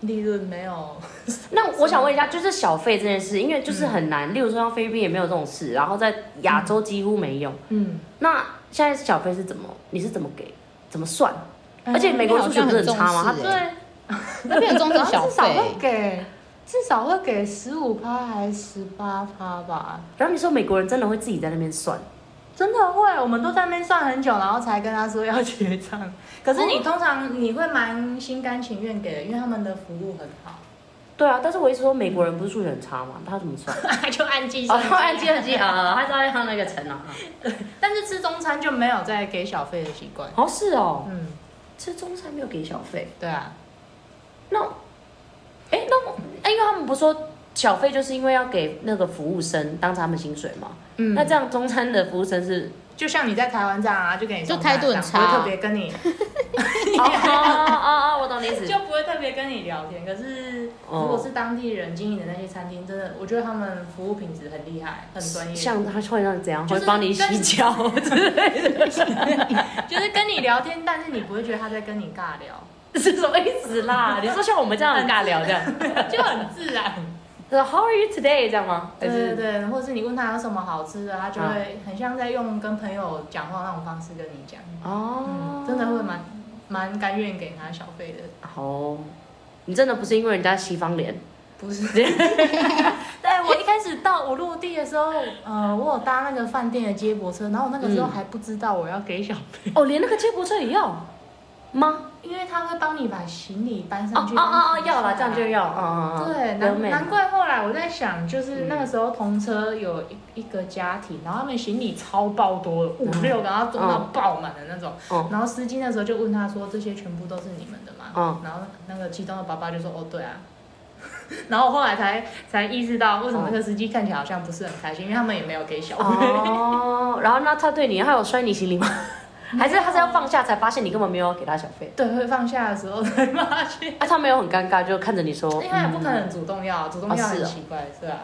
Speaker 3: 利润没有。
Speaker 1: 那我想问一下，就是小费这件事，因为就是很难，例如说像菲律宾也没有这种事，然后在亚洲几乎没有。
Speaker 3: 嗯，
Speaker 1: 那现在小费是怎么？你是怎么给？怎么算？
Speaker 3: 嗯
Speaker 1: 而且美国人数学不是很欸差吗？
Speaker 2: 好
Speaker 1: 他
Speaker 2: 像很重视
Speaker 3: 对。
Speaker 2: 那边有重视小
Speaker 3: 至少
Speaker 2: 费
Speaker 3: 会。给至少会给十五趴还是十八趴吧？
Speaker 1: 然后你说美国人真的会自己在那边算，
Speaker 3: 真的会，我们都在那边算很久，然后才跟他说要结账。可是你通常你会蛮心甘情愿给的，因为他们的服务很好，
Speaker 1: 对啊，但是我一直说美国人不是数学很差嘛，他怎么算？
Speaker 3: 就按计
Speaker 1: [LAUGHS] 哦，
Speaker 3: 算。
Speaker 1: 他 [LAUGHS] 按计算机啊，他照样按那个乘啊。
Speaker 3: 但是吃中餐就没有再给小费的习惯。
Speaker 1: 哦，是哦，
Speaker 3: 嗯，
Speaker 1: 吃中餐没有给小费，
Speaker 3: 对啊，
Speaker 1: 那，哎，那我，哎，因为他们不说小费就是因为要给那个服务生当他们薪水嘛，
Speaker 3: 嗯，
Speaker 1: 那
Speaker 3: 那
Speaker 1: 这样中餐的服务生是，
Speaker 3: 就像你在台湾这样啊，就给你
Speaker 2: 就
Speaker 3: 中餐
Speaker 2: 态度很
Speaker 3: 这样不
Speaker 2: 差
Speaker 3: 会特别跟你
Speaker 1: [LAUGHS]
Speaker 3: [LAUGHS]
Speaker 1: 哦哦哦，我懂你意思，
Speaker 3: 就不会特别跟你聊天。可是
Speaker 1: 哦
Speaker 3: 如果是当地人经营的那些餐厅，真的，我觉得他们服务品质很厉害，很专
Speaker 1: [LAUGHS]
Speaker 3: 业。
Speaker 1: 像他会让你怎样，
Speaker 3: 就
Speaker 1: 会
Speaker 3: 是
Speaker 1: 帮你洗脚之类的， [LAUGHS]
Speaker 3: 就是跟你聊天，但是你不会觉得他在跟你尬聊， [LAUGHS]
Speaker 1: 是什么意思啦？你说像我们这样很尬聊这样，
Speaker 3: 就很自然。
Speaker 1: 他说 How are you today？这样吗？还
Speaker 3: 对
Speaker 1: 是
Speaker 3: 对对，或者是你问他有什么好吃的，他就
Speaker 1: 啊
Speaker 3: 会很像在用跟朋友讲话那种方式跟你讲，
Speaker 1: 哦
Speaker 3: 嗯，，真的会蛮蛮甘愿给他小费的，
Speaker 1: 哦，你真的不是因为人家西方脸，[LAUGHS]
Speaker 3: 不是？ [LAUGHS] 但我一开始到我落地的时候，呃，我有搭那个饭店的接驳车，然后我那个时候
Speaker 1: 嗯
Speaker 3: 还不知道我要给小费，
Speaker 1: 哦，连那个接驳车也要吗？
Speaker 3: 因为他会帮你把行李搬
Speaker 1: 哦
Speaker 3: 上去，
Speaker 1: 哦哦哦，
Speaker 3: 搬上去
Speaker 1: 要了，这样就要，哦哦哦，
Speaker 3: 对，
Speaker 1: 留
Speaker 3: 难
Speaker 1: 美嗯
Speaker 3: 难怪后来我在想，就是那个时候同车有一一个家庭，然后他们行李超爆多的，五
Speaker 1: 嗯
Speaker 3: 六个，然后装到
Speaker 1: 嗯
Speaker 3: 爆满的那种。
Speaker 1: 嗯
Speaker 3: 然后司机那时候就问他说：“这些全部都是你们的吗？”
Speaker 1: 嗯
Speaker 3: 然后那个其中的爸爸就说：“哦，对啊。” [LAUGHS] 然后我后来才才意识到，为什么那个司机看起来好像不是很开心，因为他们也没有给小费。
Speaker 1: 嗯哦，然后那他对你，他有摔你行李吗？还是他是要放下才发现你根本没有给他小费？
Speaker 3: [LAUGHS] 对，会放下的时候 [LAUGHS] 才发现，
Speaker 1: 啊，他没有很尴尬，就看着你说，
Speaker 3: 因为他也不可能主动要，主动
Speaker 1: 哦
Speaker 3: 要
Speaker 1: 是
Speaker 3: 很
Speaker 1: 哦
Speaker 3: 奇怪，是吧？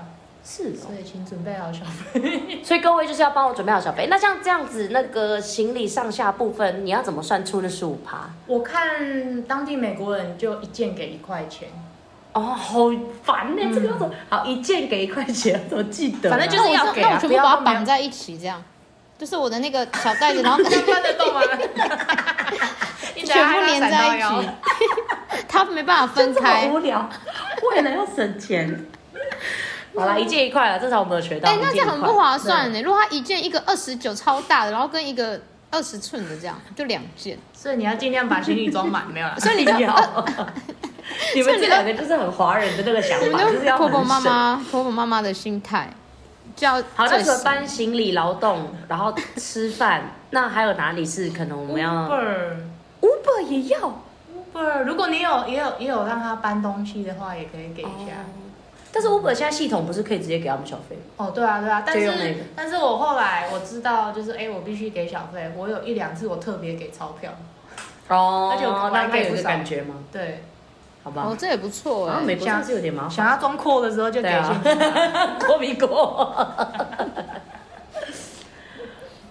Speaker 1: 是哦
Speaker 3: 所以请准备好小费。
Speaker 1: 所以各位就是要帮我准备好小费。那像这样子，那个行李上下部分，你要怎么算出那十五趴？
Speaker 3: 我看当地美国人就一件给一块钱，
Speaker 1: 哦，好烦呢、这个要怎么好一件给一块钱，怎么记得啊、
Speaker 2: 反正就是
Speaker 1: 那
Speaker 2: 要
Speaker 1: 我
Speaker 2: 给、
Speaker 1: 那我
Speaker 2: 全
Speaker 1: 全
Speaker 2: 部
Speaker 1: 部
Speaker 2: 把
Speaker 1: 把
Speaker 2: 它
Speaker 1: 它
Speaker 2: 绑
Speaker 1: 绑。
Speaker 2: 在一起，这样，就是我的那个小袋子，
Speaker 1: [LAUGHS]
Speaker 2: 然后
Speaker 3: 搬得 [LAUGHS] 动吗？你
Speaker 2: 全
Speaker 3: 等下
Speaker 2: 部连
Speaker 3: 还
Speaker 2: 在
Speaker 3: 要闪
Speaker 2: 一 [LAUGHS]
Speaker 3: 到
Speaker 2: 起
Speaker 3: 腰，
Speaker 2: 它没办法分
Speaker 1: 这么
Speaker 2: 开。
Speaker 1: 无聊，为了要省钱。 [LAUGHS] 好啦，一件一块了，至少我们有学到。
Speaker 2: 哎、
Speaker 1: 一
Speaker 2: 那
Speaker 1: 件
Speaker 2: 这样
Speaker 1: 一
Speaker 2: 很
Speaker 1: 块
Speaker 2: 不划算呢。如果它一件一个二十九超大的，然后跟一个二十寸的这样，就两件。
Speaker 3: 所以你要尽量把行李装满，没有啦。
Speaker 1: 所以你就 [LAUGHS] 你们这两个就是很华人的那个想
Speaker 2: 你们
Speaker 1: 法，就是
Speaker 2: 就
Speaker 1: 要
Speaker 2: 婆
Speaker 1: 很
Speaker 2: 婆妈
Speaker 1: 省。
Speaker 2: 妈、婆婆妈妈的心态，叫
Speaker 1: 好，那
Speaker 2: 最
Speaker 1: 除了
Speaker 2: 省
Speaker 1: 搬行李、劳动，然后吃 [LAUGHS] 饭，那还有哪里是可能我们要
Speaker 3: Uber，Uber，
Speaker 1: Uber 也要？
Speaker 3: 如果你有也有也有让他搬东西的话，也可以给一下。
Speaker 1: 哦但是 Uber 现在系统不是可以直接给他们小费吗？
Speaker 3: 哦，对啊，对啊，但
Speaker 1: 就用那
Speaker 3: 是
Speaker 1: 个
Speaker 3: 但是我后来我知道，就是哎，我必须给小费。我有一两次我特别给钞票，
Speaker 1: 哦
Speaker 3: 而且我
Speaker 1: 那他有
Speaker 3: 我还给不
Speaker 1: 个
Speaker 3: 少
Speaker 1: 感觉吗？
Speaker 3: 对，
Speaker 1: 好吧
Speaker 2: 哦，，这也不错
Speaker 1: 好
Speaker 2: 哎
Speaker 1: 像。
Speaker 2: [LAUGHS]
Speaker 1: 美国这样是有点麻烦，
Speaker 3: 想要装阔的时候就给
Speaker 1: 对啊
Speaker 3: 现
Speaker 1: [LAUGHS]
Speaker 3: 金。
Speaker 1: 过比过。 [LAUGHS]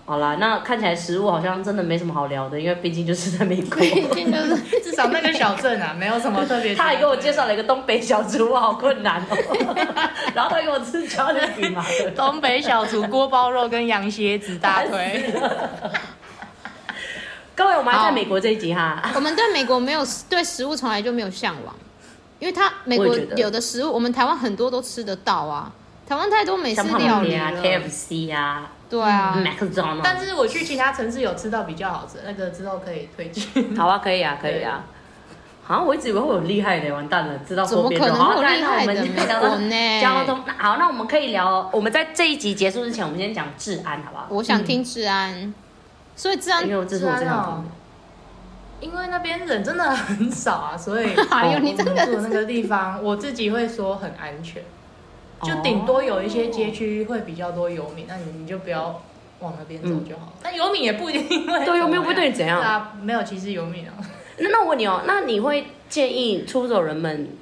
Speaker 1: 好啦，那看起来食物好像真的没什么好聊的，因为毕竟就是在
Speaker 2: [LAUGHS]
Speaker 1: 美国。
Speaker 2: 毕竟就是
Speaker 3: 至少那个小镇啊，没有什么特
Speaker 1: [LAUGHS]
Speaker 3: 别。
Speaker 1: 他还给我介绍了一个东北小吃，我好困难
Speaker 2: [LAUGHS]
Speaker 1: 哦。然后他给我吃焦点饼嘛，对不对
Speaker 3: 东北小厨锅包肉跟羊蝎子大腿。
Speaker 1: 各位，我们还
Speaker 2: 好
Speaker 1: 在美国这一集哈。
Speaker 2: [LAUGHS] 我们对美国没有对食物从来就没有向往，因为它美
Speaker 1: 我
Speaker 2: 国
Speaker 1: 也觉得
Speaker 2: 有的食物，我们台湾很多都吃得到啊。台湾太多美式
Speaker 1: 像胖
Speaker 2: 料
Speaker 1: 胖
Speaker 2: 理
Speaker 1: 的啊
Speaker 2: 了，
Speaker 1: ，KFC 啊
Speaker 2: 对啊，
Speaker 1: ，McDonald，
Speaker 3: 但是我去其他城市有吃到比较好吃的，那个之后可以推荐。
Speaker 1: 好啊，可以啊，可以啊。好像我一直以为会有厉害的，完蛋了，知道
Speaker 2: 怎么
Speaker 1: 说别人
Speaker 2: 可能
Speaker 1: 好
Speaker 2: 会有
Speaker 1: 那
Speaker 2: 厉
Speaker 1: 那我
Speaker 2: 害的
Speaker 1: 们
Speaker 2: 美
Speaker 1: 聊
Speaker 2: 国
Speaker 1: 到
Speaker 2: 呢
Speaker 1: 交通，那好，那我们可以聊。哎我们在这一集结束之前，我们先讲治安，好不好？
Speaker 2: 我想听治安，所以治安
Speaker 1: 因为我这是我最想
Speaker 3: 哦
Speaker 1: 听的。
Speaker 3: 因为那边人真的很少啊，所
Speaker 1: [LAUGHS]
Speaker 3: 以
Speaker 2: [LAUGHS] 哎呦，
Speaker 1: 哦
Speaker 2: 你真
Speaker 3: 我们住
Speaker 2: 的
Speaker 3: 那个地方，我自己会说很安全，就
Speaker 1: 哦
Speaker 3: 顶多有一些街区会比较多游民，那你你就不要往那边走就好。但游民也不一定会
Speaker 1: 哦对游民
Speaker 3: 怎么样
Speaker 1: 又不对你怎样
Speaker 3: 对啊，没有歧视游民啊。
Speaker 1: 那那我问你哦，那你会建议出走人们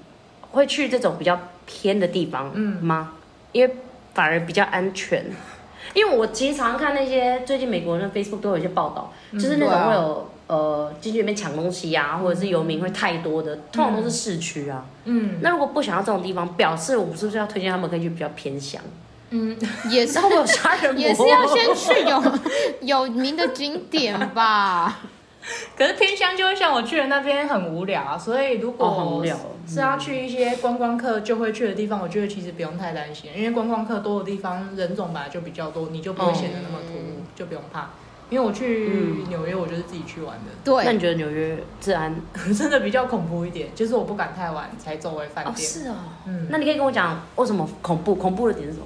Speaker 1: 会去这种比较偏的地方
Speaker 3: 嗯
Speaker 1: 吗？因为反而比较安全。因为我经常看那些最近美国那 Facebook 都有一些报道，就是那
Speaker 2: 对啊
Speaker 1: 种会有、呃进去里面抢东西啊，或者是游民会太多的，通常都是市区啊。
Speaker 3: 嗯
Speaker 1: 那如果不想要这种地方，表示我们是不是要推荐他们可以去比较偏乡？
Speaker 3: 嗯，
Speaker 2: 也是
Speaker 1: [LAUGHS] 然后我有杀人魔，
Speaker 2: 也是要先去有 [LAUGHS] 有名的景点吧。
Speaker 3: 可是偏乡就会像我去的那边很无聊啊，所以如
Speaker 1: 哦很无
Speaker 3: 果
Speaker 1: 聊哦
Speaker 3: 是要去一些观光客就会去的地方，我觉得其实不用太担心，因为观光客多的地方人种本来就比较多，你就不会显得那么突兀，就不用怕。
Speaker 1: 嗯
Speaker 3: 因为我去纽约，我就是自己去玩的，
Speaker 1: [LAUGHS] [LAUGHS]
Speaker 3: [LAUGHS]
Speaker 1: 那你
Speaker 2: 对，
Speaker 1: 觉得纽约治安？
Speaker 3: 真的比较恐怖一点，就是我不敢太晚才走回饭
Speaker 1: 哦，
Speaker 3: 店。
Speaker 1: 是哦。
Speaker 3: 嗯，
Speaker 1: 那你可以跟我讲为什么恐怖？恐怖的点是什么？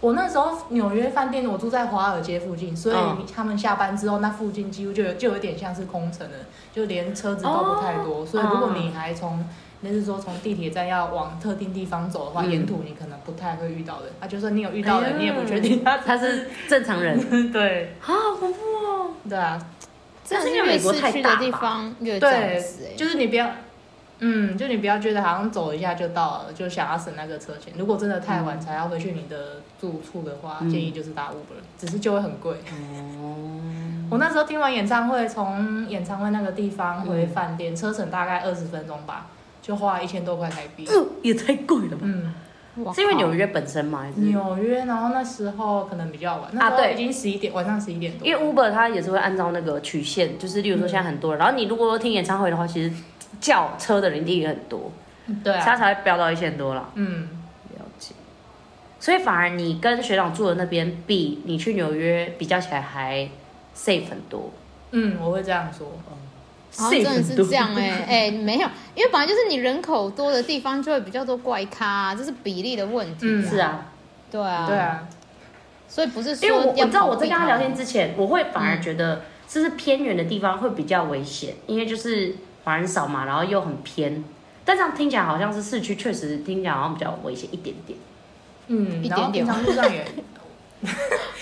Speaker 3: 我那时候纽约饭店，我住在华尔街附近，所以
Speaker 1: 嗯
Speaker 3: 他们下班之后，那附近几乎就有就有点像是空城了，就连车子都
Speaker 1: 哦
Speaker 3: 不太多。所以如果你还从，那是说从地铁站要往特定地方走的话，
Speaker 1: 嗯
Speaker 3: 沿途你可能不太会遇到人。啊，就算你有遇到
Speaker 1: 哎呀
Speaker 3: 人，你也不确
Speaker 1: [LAUGHS]
Speaker 3: 定他
Speaker 1: 他是正常人
Speaker 3: 对
Speaker 1: 啊，好恐怖哦！
Speaker 3: 对啊，
Speaker 2: 真
Speaker 1: 但
Speaker 2: 的
Speaker 1: 是
Speaker 2: 是
Speaker 1: 因为
Speaker 2: 越
Speaker 1: 美国
Speaker 2: 市
Speaker 1: 太
Speaker 2: 区
Speaker 1: 大
Speaker 2: 的
Speaker 1: 吧
Speaker 2: 地方越这样
Speaker 3: 对
Speaker 2: 子，哎，
Speaker 3: 就是你不要。嗯，就你不要觉得好像走一下就到了，就想要省那个车钱。如果真的太晚才要回去你的住处的话，
Speaker 1: 嗯
Speaker 3: 建议就是搭 Uber，只是就会很贵。
Speaker 1: 哦，
Speaker 3: 我那时候听完演唱会，从演唱会那个地方
Speaker 2: 嗯
Speaker 3: 回饭店，车程大概二十分钟吧，就花了一千多块台币。
Speaker 1: 呃也太贵了吧？
Speaker 3: 嗯，
Speaker 2: 哇
Speaker 1: 是因为
Speaker 2: 靠
Speaker 1: 纽约本身吗？还是
Speaker 3: 纽约，然后那时候可能比较晚，那
Speaker 2: 啊
Speaker 3: 时候
Speaker 1: 对
Speaker 3: 已经十一点，晚上十一点多。
Speaker 1: 因为 Uber 它也是会按照那个曲线，就是例如说现在很多人，然后你如果听演唱会的话，其实叫车的人一定也很多，所
Speaker 3: 对
Speaker 1: 以
Speaker 3: 啊
Speaker 1: 它，才会飙到一千多啦。
Speaker 3: 嗯，
Speaker 1: 了解。所以反而你跟学长住的那边比你去纽约比较起来还 safe 很多
Speaker 3: 嗯，我会这样说。
Speaker 2: 好像
Speaker 1: ，safe
Speaker 2: 哦真的
Speaker 1: 很
Speaker 2: 是
Speaker 1: 多。
Speaker 2: 这样哎、欸、哎、没有，因为本来就是你人口多的地方就会比较多怪咖、啊这是比例的问题、
Speaker 3: 嗯
Speaker 1: 是，啊，
Speaker 2: 对啊，
Speaker 3: 对，啊，
Speaker 2: 所以不是说
Speaker 1: 因为我我
Speaker 2: 要
Speaker 1: 知道我
Speaker 2: 逃
Speaker 1: 在
Speaker 2: 避嗯
Speaker 1: 跟他
Speaker 2: 它
Speaker 1: 聊天之前，我会反而觉得是不是偏远的地方会比较危险，因为就是华人少嘛，然后又很偏。但这样听起来好像是市区，确实听起来好像比较危险一点点。
Speaker 3: 嗯，
Speaker 2: 一
Speaker 3: 然后
Speaker 2: 点点
Speaker 3: 平常路
Speaker 2: [LAUGHS]
Speaker 3: 上也，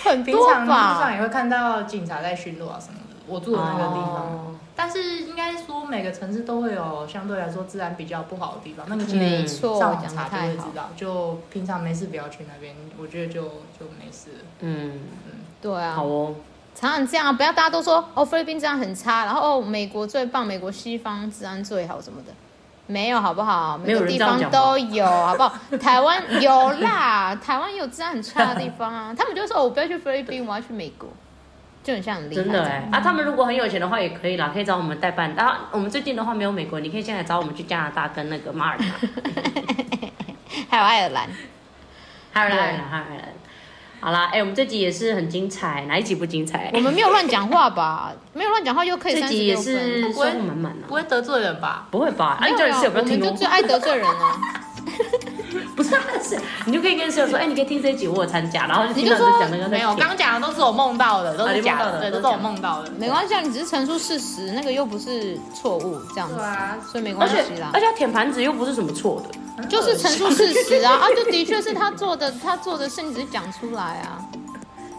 Speaker 2: 很
Speaker 3: 平
Speaker 2: 多
Speaker 3: 常路上
Speaker 2: 吧，
Speaker 3: 也会看到警察在巡逻啊什么的。我住的那个地方，
Speaker 1: 哦
Speaker 3: 但是应该说每个城市都会有相对来说治安比较不好的地方，那个其
Speaker 2: 没
Speaker 3: 实
Speaker 2: 错，
Speaker 3: 上网
Speaker 2: 讲
Speaker 3: 查
Speaker 2: 的
Speaker 3: 就
Speaker 2: 太
Speaker 3: 会
Speaker 2: 好
Speaker 3: 知，道。就平常没事不要去那边，我觉得就就没事了。
Speaker 1: 嗯，
Speaker 2: 对啊
Speaker 1: 好，哦，
Speaker 2: 常常这样啊，不要大家都说哦菲律宾治安很差，然后哦美国最棒，美国西方治安最好什么的，没有好不好？
Speaker 1: 没
Speaker 2: 每
Speaker 1: 有
Speaker 2: 个
Speaker 1: 人
Speaker 2: 地
Speaker 1: 这样
Speaker 2: 方
Speaker 1: 讲吧
Speaker 2: 都有好不好？台湾有啦，台湾有治安很差的地方啊，他们就说哦我不要去菲律宾，我要去美国，就很像很厉害
Speaker 1: 真
Speaker 2: 这
Speaker 1: 的
Speaker 2: 样，
Speaker 1: 哎、啊！他们如果很有钱的话也可以啦，可以找我们代办。然、后我们最近的话没有美国，你可以现在找我们去加拿大跟那个马尔
Speaker 2: [LAUGHS]
Speaker 1: 代夫
Speaker 2: 还有爱尔兰，
Speaker 1: 还有啦，还有啦，还有啦。好啦，哎、我们这集也是很精彩，哪一集不精彩？
Speaker 2: [LAUGHS] 我们没有乱讲话吧？没有乱讲话又可
Speaker 1: [LAUGHS]
Speaker 2: 以
Speaker 1: 这
Speaker 2: 三十
Speaker 1: 集也
Speaker 2: 六分，
Speaker 1: 是收获满满啊
Speaker 3: 不，会得罪人吧？
Speaker 1: 不会吧？啊，
Speaker 2: 没
Speaker 1: 你
Speaker 2: 有
Speaker 1: 叫你
Speaker 2: 啊
Speaker 1: 室友不要
Speaker 2: 我们
Speaker 1: 听
Speaker 2: 就
Speaker 1: 哦
Speaker 2: 最，爱得罪人啊。
Speaker 1: 不是啊，是你就可以跟室友说，哎、你可以听这一集，我有参加，然后就
Speaker 3: 你
Speaker 1: 听
Speaker 3: 就
Speaker 1: 到
Speaker 3: 说
Speaker 1: 你讲那个
Speaker 3: 没有，刚讲的都是我梦到的，都
Speaker 1: 啊
Speaker 3: 是
Speaker 1: 你梦
Speaker 3: 假
Speaker 1: 到的
Speaker 3: 的，对，
Speaker 1: 都是
Speaker 3: 都是我
Speaker 1: 假的
Speaker 3: 梦到的。
Speaker 2: 没关系，啊，你只是陈述事实，那个又不是错误，这样子，
Speaker 3: 对啊
Speaker 2: 所以没
Speaker 1: 而
Speaker 2: 关
Speaker 1: 且
Speaker 2: 系啦
Speaker 1: 而。且舔盘子又不是什么错的，
Speaker 3: 很恶心
Speaker 2: 就是陈述事实啊，啊， [LAUGHS] 就的确是他做的，他做的事，你只是讲出来啊。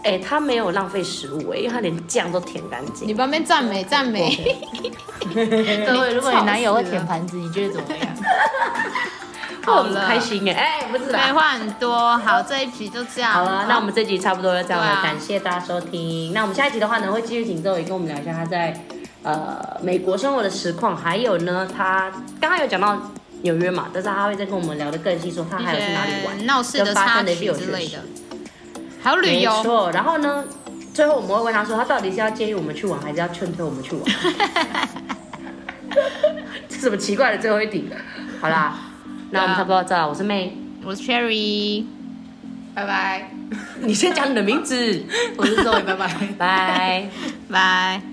Speaker 1: 哎、他没有浪费食物哎、因为他连酱都舔干净
Speaker 2: 你。旁边赞美赞美，
Speaker 3: 各位，如果你男友会舔盘子，你觉得怎么 [LAUGHS] 样？
Speaker 1: 哦
Speaker 3: 好
Speaker 1: 很
Speaker 3: 了
Speaker 1: 开心哎、哎、不是啦
Speaker 2: 废。话很多。好，这一集就这样。
Speaker 1: 好了，那我们这集差不多要这样了，
Speaker 2: 对啊
Speaker 1: 感谢大家收听。那我们下一集的话呢，会继续请周宇跟我们聊一下他在呃美国生活的实况，还有呢，他刚刚有讲到纽约嘛，但是他会再跟我们聊得更细，说他还有去哪里
Speaker 2: 一
Speaker 1: 玩，
Speaker 2: 些闹事的
Speaker 1: 跟发
Speaker 2: 插
Speaker 1: 生的一些
Speaker 2: 曲
Speaker 1: 有
Speaker 2: 之
Speaker 1: 趣的
Speaker 2: 类
Speaker 1: 事
Speaker 2: 的，还有旅
Speaker 1: 没
Speaker 2: 游，
Speaker 1: 错，然后呢，最后我们会问他说，他到底是要建议我们去玩，还是要劝退我们 [LAUGHS] 去玩？这什么奇怪的最后一题？好啦，那我们差不多到这了。我是 [LAUGHS] 妹，
Speaker 2: 我是 Cherry，
Speaker 3: 拜拜，
Speaker 1: 你先讲你的名字，
Speaker 3: 我是周伟，拜拜。
Speaker 1: [LAUGHS] 拜。
Speaker 2: 拜。